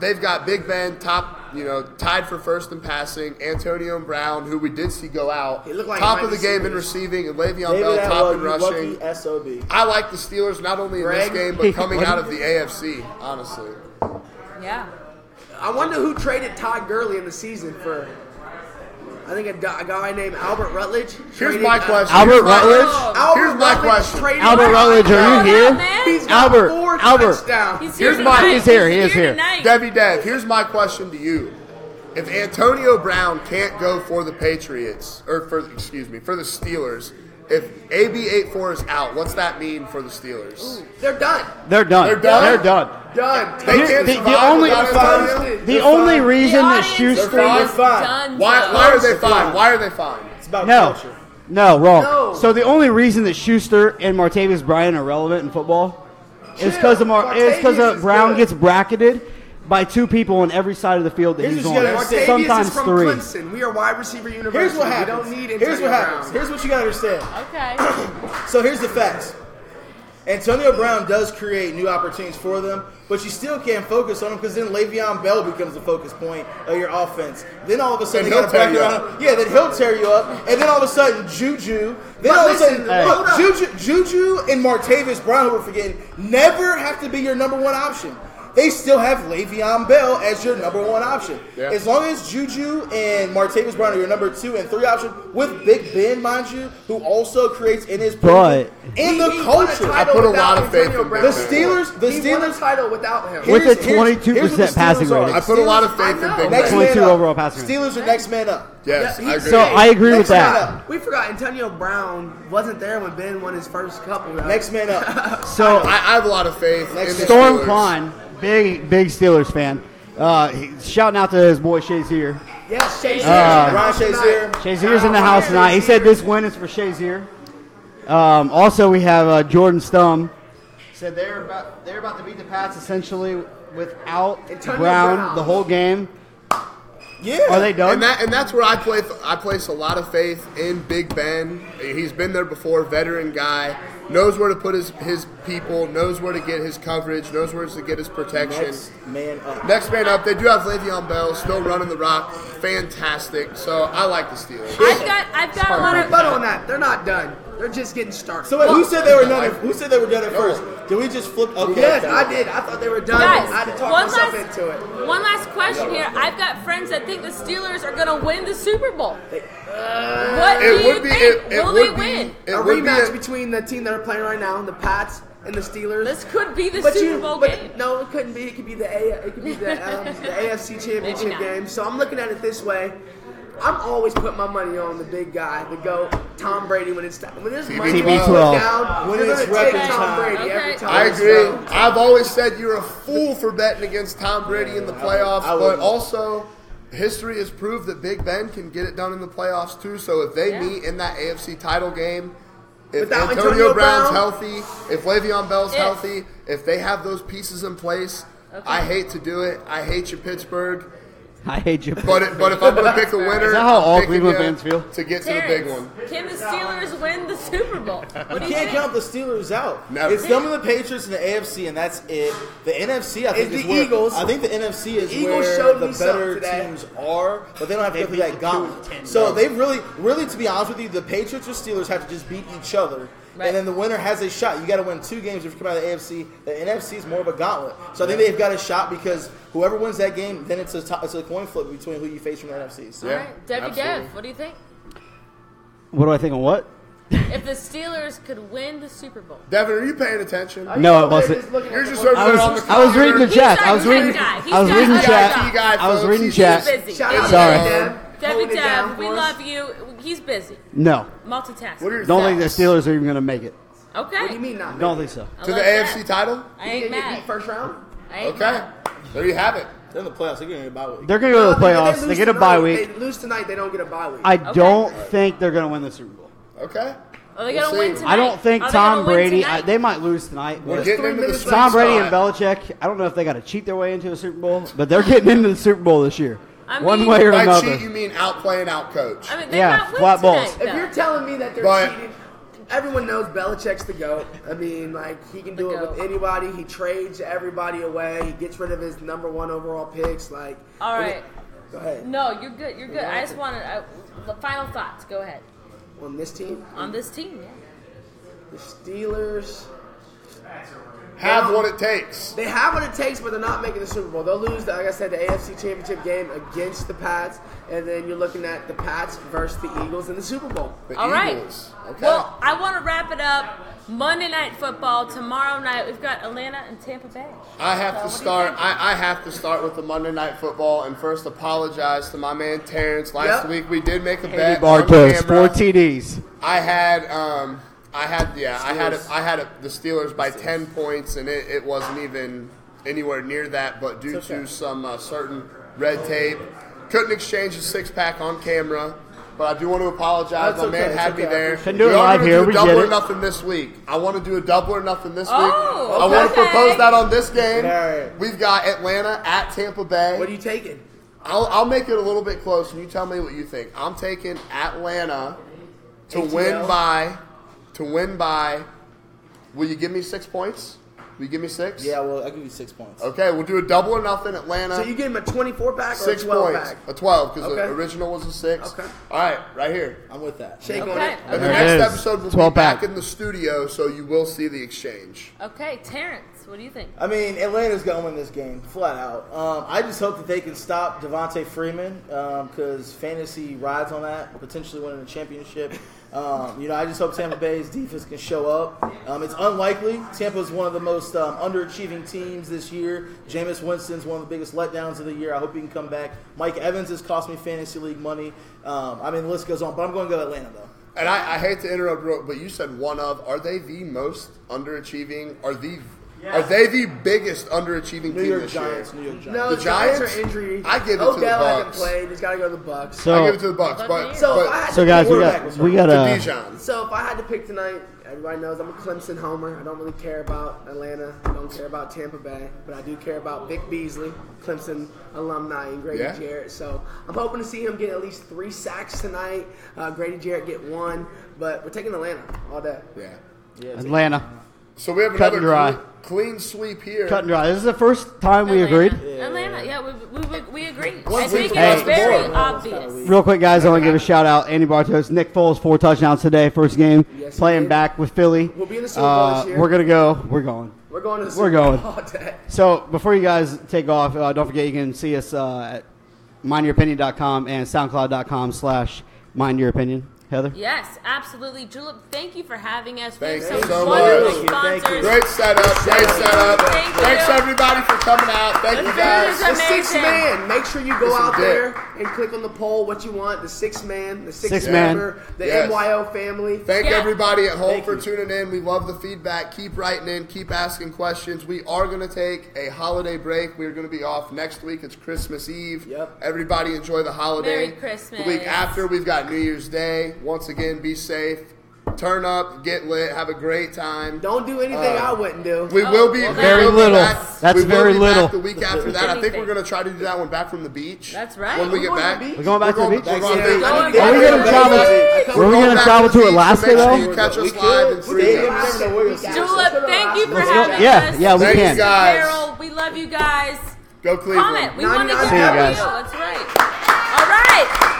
B: they've got Big Ben, top You know, tied for first in passing. Antonio Brown, who we did see go out,
C: He looked like
B: top
C: he
B: of
C: might
B: the
C: be
B: game in
C: serious.
B: receiving, and Le'Veon Bell top
E: David
B: in
E: Atwell, you
B: rushing.
E: lucky SOB.
B: I like the Steelers not only in this
C: Greg?
B: game but coming out of the AFC. Honestly,
A: Yeah.
C: I wonder who traded Todd Gurley in the season for. I think a, gu- a guy named Albert Rutledge.
B: here's
C: traded,
B: my
C: uh,
B: question.
D: Albert
B: Here's my-
D: Rutledge?
C: Albert
B: Here's my
C: Rutledge
B: question.
C: traded-
D: Albert Rutledge, are you
A: Yeah,
D: here?
A: man.
C: He's got
D: Albert,
C: four
D: Albert.
C: touchdowns.
A: He's
B: Here's
A: here
B: my-
A: tonight.
D: He's here, he is here.
A: tonight.
B: Debbie Dev, here's my question to you. If Antonio Brown can't go for the Patriots, or for, excuse me, for the Steelers, if AB84 is out, what's that mean for the Steelers?
C: They're done.
D: They're done.
B: They're done?
D: They're done.
B: Done.
D: The-
B: They can't
D: the- the
B: survive
D: only-
B: without Antonio?
D: The
E: They're
D: only
E: fine.
A: The
D: reason that
A: audience is
D: Schuster.
B: fine.
A: done,
B: Why,
A: though.
B: why are they fine? Why are they fine?
E: It's about
D: No.
E: culture.
D: No, wrong.
C: No.
D: So the only reason that Schuster and Martavius Bryant are relevant in football is because of Mar- is because
C: Martavius
D: of
C: is
D: Brown
C: good.
D: gets bracketed by two people on every side of the field that
E: Here's
D: he's
E: what you
D: on.
E: gotta understand.
D: Sometimes
C: Octavius is from
D: three.
C: Clemson. We are wide receiver university.
E: Here's what
C: We
E: happens.
C: don't need
E: Here's
C: Antonio
E: what happens.
C: Brown.
E: Here's what you gotta understand.
A: Okay.
E: So here's the facts. Antonio Brown does create new opportunities for them, but you still can't focus on him because then Le'Veon Bell becomes the focus point of your offense. Then all of a
B: Then
E: sudden they got
B: he'll
E: a
B: tear you
E: background.
B: up.
E: Yeah, then he'll tear you up, and then all of a sudden Juju. Then
C: But
E: all of a
C: listen,
E: sudden
C: hey.
E: look, Juju, Juju and Martavis Brown, who we're forgetting, never have to be your number one option. They still have Le'Veon Bell as your number one option.
B: Yeah.
E: As long as Juju and Martavis Brown are your number two and three option, with Big Ben, mind you, who also creates in his
D: But-
E: in
C: He-
E: the
C: he won
E: culture.
B: I
C: title
B: put a
C: without
B: lot of faith
C: Antonio
B: in
C: Brown.
E: The Steelers, the
C: He won
E: Steelers,
C: title without him.
D: With
E: here's-
D: a
E: here's- here's what
D: 22%
E: the
D: passing
E: Steelers are.
D: rating.
B: I put a lot of
E: Steelers-
B: faith in
C: I
B: Big
C: know.
E: Next
B: Ben.
E: man
D: 22
E: up.
D: overall passing rating.
E: Steelers are next man up.
B: Yes,
C: Yeah,
B: I
C: he's
B: agree.
D: So I agree with
E: Next
D: that.
C: we forgot Antonio Brown wasn't there when Ben won his first couple. though.
E: Next man up.
D: So
B: I, I have a lot of faith.
E: Next
B: in the
D: Storm
B: Steelers.
D: Klein, big big Steelers fan, uh, he- shouting out to his boy Shazier. here.
C: yes, Chase.
E: Ryan Shazier.
D: Shazier's in the house tonight. He said this win is for Shazier. Um, also, we have uh, Jordan Stum. Said they're about they're about to beat the Pats essentially without
C: Antonio
D: Brown,
C: Brown.
D: the whole game.
E: Yeah.
D: Are they done?
B: And that and that's where I play. I place a lot of faith in Big Ben. He's been there before, veteran guy, knows where to put his his people, knows where to get his coverage, knows where to get his protection.
E: Next
B: Next,
E: man up.
B: man up, they do have Le'Veon Bell still running the rock, fantastic. So I like the Steelers.
A: I've got, I've got a lot of.
C: But on that, they're not done. They're just getting started.
E: So wait, who said they were done? at- Who said they were done at first? Did we just flip? Okay.
C: yes,
E: okay.
C: I did. I thought they were done.
A: Guys,
C: I had to talk
A: one
C: myself
A: last,
C: into it.
A: One last question here. I've got friends that think the Steelers are going to win the Super Bowl.
C: uh,
A: what do
B: It
A: you
B: would be.
A: think?
B: It, it
A: Will
B: would
A: they
B: be,
A: win?
B: It
C: a
B: would be
C: rematch
B: a-
C: between the team that are playing right now, the Pats and the Steelers.
A: This could be the
C: but
A: Super
C: you,
A: Bowl
C: but
A: game.
C: no, it couldn't be. It could be the A, it could be the, um, the AFC
A: Maybe
C: Championship
A: not.
C: game. So I'm looking at it this way. I'm always putting my money on the big guy, the GOAT, Tom Brady. When it's when there's money to
D: TB12.
C: put down,
E: When
C: you're
E: it's
C: gonna take
E: record
C: Tom
E: time.
C: Brady
A: Okay.
C: every time.
B: I agree.
C: So-
B: I've always said you're a fool for betting against Tom Brady in the playoffs,
E: I
B: but
E: wouldn't.
B: also history has proved that Big Ben can get it done in the playoffs too. So if they
A: Yeah.
B: meet in that AFC title game, if
C: Without
B: Antonio,
C: Antonio
B: Brown's
C: Brown?
B: healthy, if Le'Veon Bell's
A: If.
B: healthy, if they have those pieces in place, I hate to do it. I hate you, Pittsburgh.
D: I hate you.
B: But it, but if I'm going to pick a winner,
D: Is that how
B: I'm
D: all
B: picking
D: Cleveland
B: you
D: fans feel?
B: to get to the big one?
A: Terrence, can the Steelers win the Super Bowl? What do
E: You
A: you
E: can't
A: think?
E: count the Steelers out.
B: Never.
E: It's them and the Patriots and the AFC, and that's it. The NFC, I think,
C: It's
E: is
C: the
E: where,
C: Eagles.
E: I think the NFC is
C: The Eagles
E: where
C: showed
E: the
C: me something
E: better
C: today.
E: teams are, but they don't have to go through that gauntlet.
D: ten,
E: So they really, really, to be honest with you, the Patriots or Steelers have to just beat each other,
A: Right.
E: and then the winner has a shot. You got to win two games if you come out of the AFC. The NFC is more of a gauntlet, so I think they've got a shot because whoever wins that game, then it's a to it's a coin flip between who you face from the NFC. So
A: All right, Debbie
B: absolutely.
A: Dev, what do you think?
D: What do I think on what?
A: If the Steelers could win the Super Bowl,
B: Devin, are you paying attention?
D: No, it wasn't.
B: Here's your
D: I
B: server on
D: was,
B: the
D: I was reading
B: calendar.
D: the
A: He's
D: chat.
A: our
D: I was
A: tech
D: reading.
A: guy. He's
D: I was
A: our
D: reading
A: tech
D: chat.
B: guy,
D: I was
B: folks.
D: reading
B: He's
D: chat.
A: he's busy.
C: Shout out
D: Sorry.
C: to Deb.
A: Debbie
C: holding it down
A: Dev,
C: for
A: we
C: us.
A: love you. He's busy
D: No,
A: multitasking.
B: What are your
D: don't think the
B: thoughts?
D: Steelers are even going to make it.
A: okay,
C: What do you mean not?
D: Don't think so.
A: I
B: to the
A: love that.
B: AFC title?
A: I
C: You
A: ain't
C: get beat
A: mad.
C: first round.
A: I ain't
B: Okay.
A: mad.
B: There you have it.
E: they're in the playoffs. They're getting a bye week.
D: They're going to go to the
C: No, if
D: playoffs. They
C: lose
D: get a bye
C: tonight,
D: week.
C: They lose tonight. They don't get a bye week.
D: I
A: Okay.
D: don't think they're going to win the Super Bowl.
B: Okay.
A: Are Oh, they gonna
B: We'll see.
A: win tonight?
D: I don't think
A: Are they
D: Tom
A: gonna win
D: Brady.
A: tonight?
D: I, they might lose tonight.
B: We're
D: but-
B: getting
C: three
B: into the
C: minutes
B: sweet
D: Tom Brady and
B: spot.
D: Belichick. I don't know if they got to cheat their way into a Super Bowl, but they're getting into the Super Bowl this year,
A: I
D: one
A: mean-
D: way or
B: By
D: another.
B: cheat, you mean outplay and outcoach.
A: I mean, they
D: Yeah,
A: might win
D: flat
A: tonight,
D: balls.
A: though.
C: If you're telling me that they're
B: But-
C: cheating, everyone knows Belichick's the goat. I mean, like he can do
A: The
C: it with
A: goat.
C: anybody. He trades everybody away. He gets rid of his number one overall picks. Like,
A: All
C: and
A: right.
C: it- Go ahead.
A: No, you're good. You're good. I just wanted I, the final thoughts. Go ahead
C: On this team,
A: on this team. Yeah.
C: the Steelers.
B: Have what it takes.
C: They have what it takes, but they're not making the Super Bowl. They'll lose, like I said, the AFC Championship game against the Pats, and then you're looking at the Pats versus the Eagles in the Super Bowl.
B: The
A: All right.
B: Eagles. Okay.
A: Well, I want to wrap it up. Monday night football tomorrow night. We've got Atlanta and Tampa Bay.
B: I
A: So
B: have to
A: what do you
B: start.
A: think?
B: I, I have to start with the Monday Night Football and first apologize to my man Terrence. Last
C: Yep.
B: week we did make a
D: Andy
B: bet. on
D: Bartos,
B: camera.
D: four TDs.
B: I had, um, I had, yeah, I had,
E: Steelers.
B: I had the Steelers by ten points, and it, it wasn't even anywhere near that. But due
E: It's okay.
B: to some uh, certain red tape, couldn't exchange a six pack on camera. But I do want to apologize.
E: That's
B: My
E: okay,
B: man
E: it's
B: had
E: okay,
B: me
E: I
B: there.
E: appreciate
D: it. Can do it
B: We are
D: live
B: gonna
D: here,
B: Do
D: we
B: double
D: get
B: or
D: it.
B: nothing this week. I want to do a double or nothing this
A: Oh,
B: week. I want to
A: okay.
B: propose that on this game.
E: Alright.
B: We've got Atlanta at Tampa Bay.
C: What are you taking?
B: I'll, I'll make it a little bit close, and you tell me what you think. I'm taking Atlanta to
C: ATL.
B: win by. To win by. Will you give me six points? Will you give me six?
E: Yeah, well, I give you six points.
B: Okay, we'll do a double or nothing. Atlanta.
C: So you give him a 24 pack or
B: six
C: a 12
B: points.
C: pack?
B: A twelve because the
C: Okay.
B: original was a six.
C: Okay.
B: All right, right here.
E: I'm with that.
C: Shake on
A: Okay.
C: it.
B: And the
D: There it
B: next
D: is.
B: episode will
D: 12
B: be back
D: pack.
B: in the studio, so you will see the exchange.
A: Okay, Terrence, what do you think?
E: I mean, Atlanta's going to win this game, flat out. Um, I just hope that they can stop Devontae Freeman because fantasy rides on that, potentially winning the championship. Um, you know, I just hope Tampa Bay's defense can show up. Um, it's unlikely. Tampa's one of the most um, underachieving teams this year. Jameis Winston's one of the biggest letdowns of the year. I hope he can come back. Mike Evans has cost me fantasy league money. Um, I mean, the list goes on, but I'm going to go Atlanta, though.
B: And I, I hate to interrupt, real- but you said one of. Are they the most underachieving? Are the are they the biggest underachieving
E: New
B: team
E: York
B: this
E: Giants,
B: year?
E: New York Giants.
C: No,
B: The
C: the Giants,
B: Giants?
C: are injury.
B: I give it to the
C: Odell hasn't
B: Bucks.
C: played. He's got to go to the Bucks.
B: I
D: So,
B: give it to the Bucks, but,
A: Buccaneers.
C: so, if I
B: but
C: had
D: so
C: to
D: guys,
C: pick-
D: we
E: quarterback
D: got
E: was
D: we
E: hurt.
D: got uh,
B: to
D: a.
B: Bijan.
C: So if I had to pick tonight, everybody knows I'm a Clemson homer. I don't really care about Atlanta. I don't care about Tampa Bay, but I do care about Vic Beasley, Clemson alumni, and Grady
B: Yeah.
C: Jarrett. So I'm hoping to see him get at least three sacks tonight. Uh, Grady Jarrett get one, but we're taking Atlanta all day.
B: Yeah.
D: Atlanta.
B: So we have
D: Cut
B: another
D: and dry.
B: Clean, clean sweep here.
D: Cut and dry. This is the first time we
A: Atlanta.
D: agreed.
A: Atlanta, yeah, we, we, we, we agreed. I
B: Once we
A: think it
B: cross
A: was
B: the
A: very
B: board.
A: obvious.
D: Real quick, guys, I want to give a shout out. Andy Bartos, Nick Foles, four touchdowns today, first game.
C: Yes, he
D: playing
C: did.
D: back with Philly. Uh,
C: We'll be in the Super Bowl this year.
D: We're gonna go. We're going.
C: We're going to the
D: We're
C: Super Bowl
D: going.
C: all day.
D: So before you guys take off, uh, don't forget you can see us uh, at mindyourop.com and soundcloud.com slash mindyourop. Heather,
A: Yes, absolutely. Julep, thank you for having us. We
B: Thank
A: have
B: you
A: some
B: so
A: wonderful
E: much. Thank you, thank you.
A: sponsors.
B: Great setup. Great setup.
A: Thank you.
B: Thanks everybody for coming out. Thank you
A: Let's
B: guys.
A: do
C: The
A: this
C: six
A: Amazing.
C: man. Make sure you go
B: Listen,
C: out
B: Dick.
C: there and click on the poll what you want. The six man, the six,
D: Six man.
C: member, the
B: Yes.
C: MYO family.
B: Thank
A: Yeah.
B: everybody at home
E: Thank
B: for
E: you.
B: tuning in. We love the feedback. Keep writing in. Keep asking questions. We are going to take a holiday break. We're going to be off next week. It's Christmas Eve.
E: Yep.
B: Everybody enjoy the holiday.
A: Merry Christmas.
B: The week after, we've got New Year's Day. Once again, be safe. Turn up. Get lit. Have a great time.
C: Don't do anything
B: Uh,
C: I wouldn't do.
B: We
A: Oh,
B: will be
A: well,
D: Very
B: we will be
D: little.
B: back-
D: That's
B: we will
D: very
B: be
D: little.
B: Back the week after that, I think
A: Anything.
B: we're going to try to do that one back from the beach.
A: That's right.
B: When we
A: We're
B: get
A: going to
B: back,
A: the beach.
D: We're going back to the beach?
B: We're
E: Next
B: going
E: year.
B: back
A: Are
B: the
A: we
B: beach.
D: gonna travel-
B: We're
D: Were we
B: going
D: gonna
B: back
D: travel
B: the
D: to
B: beach, so
D: Alaska,
B: make sure
D: though?
B: you catch
E: We
B: us live
E: could.
B: and
E: They
B: stream us.
E: didn't even know where it was.
A: Julep, thank you for
D: Let's go.
A: having
D: Yeah,
A: us.
D: yeah, we
A: Thank
D: can.
A: you,
B: Guys.
A: Carol, we love you guys.
B: Go Cleveland.
A: Comment. We want to
C: 99
A: hear from
D: guys.
A: you. Let's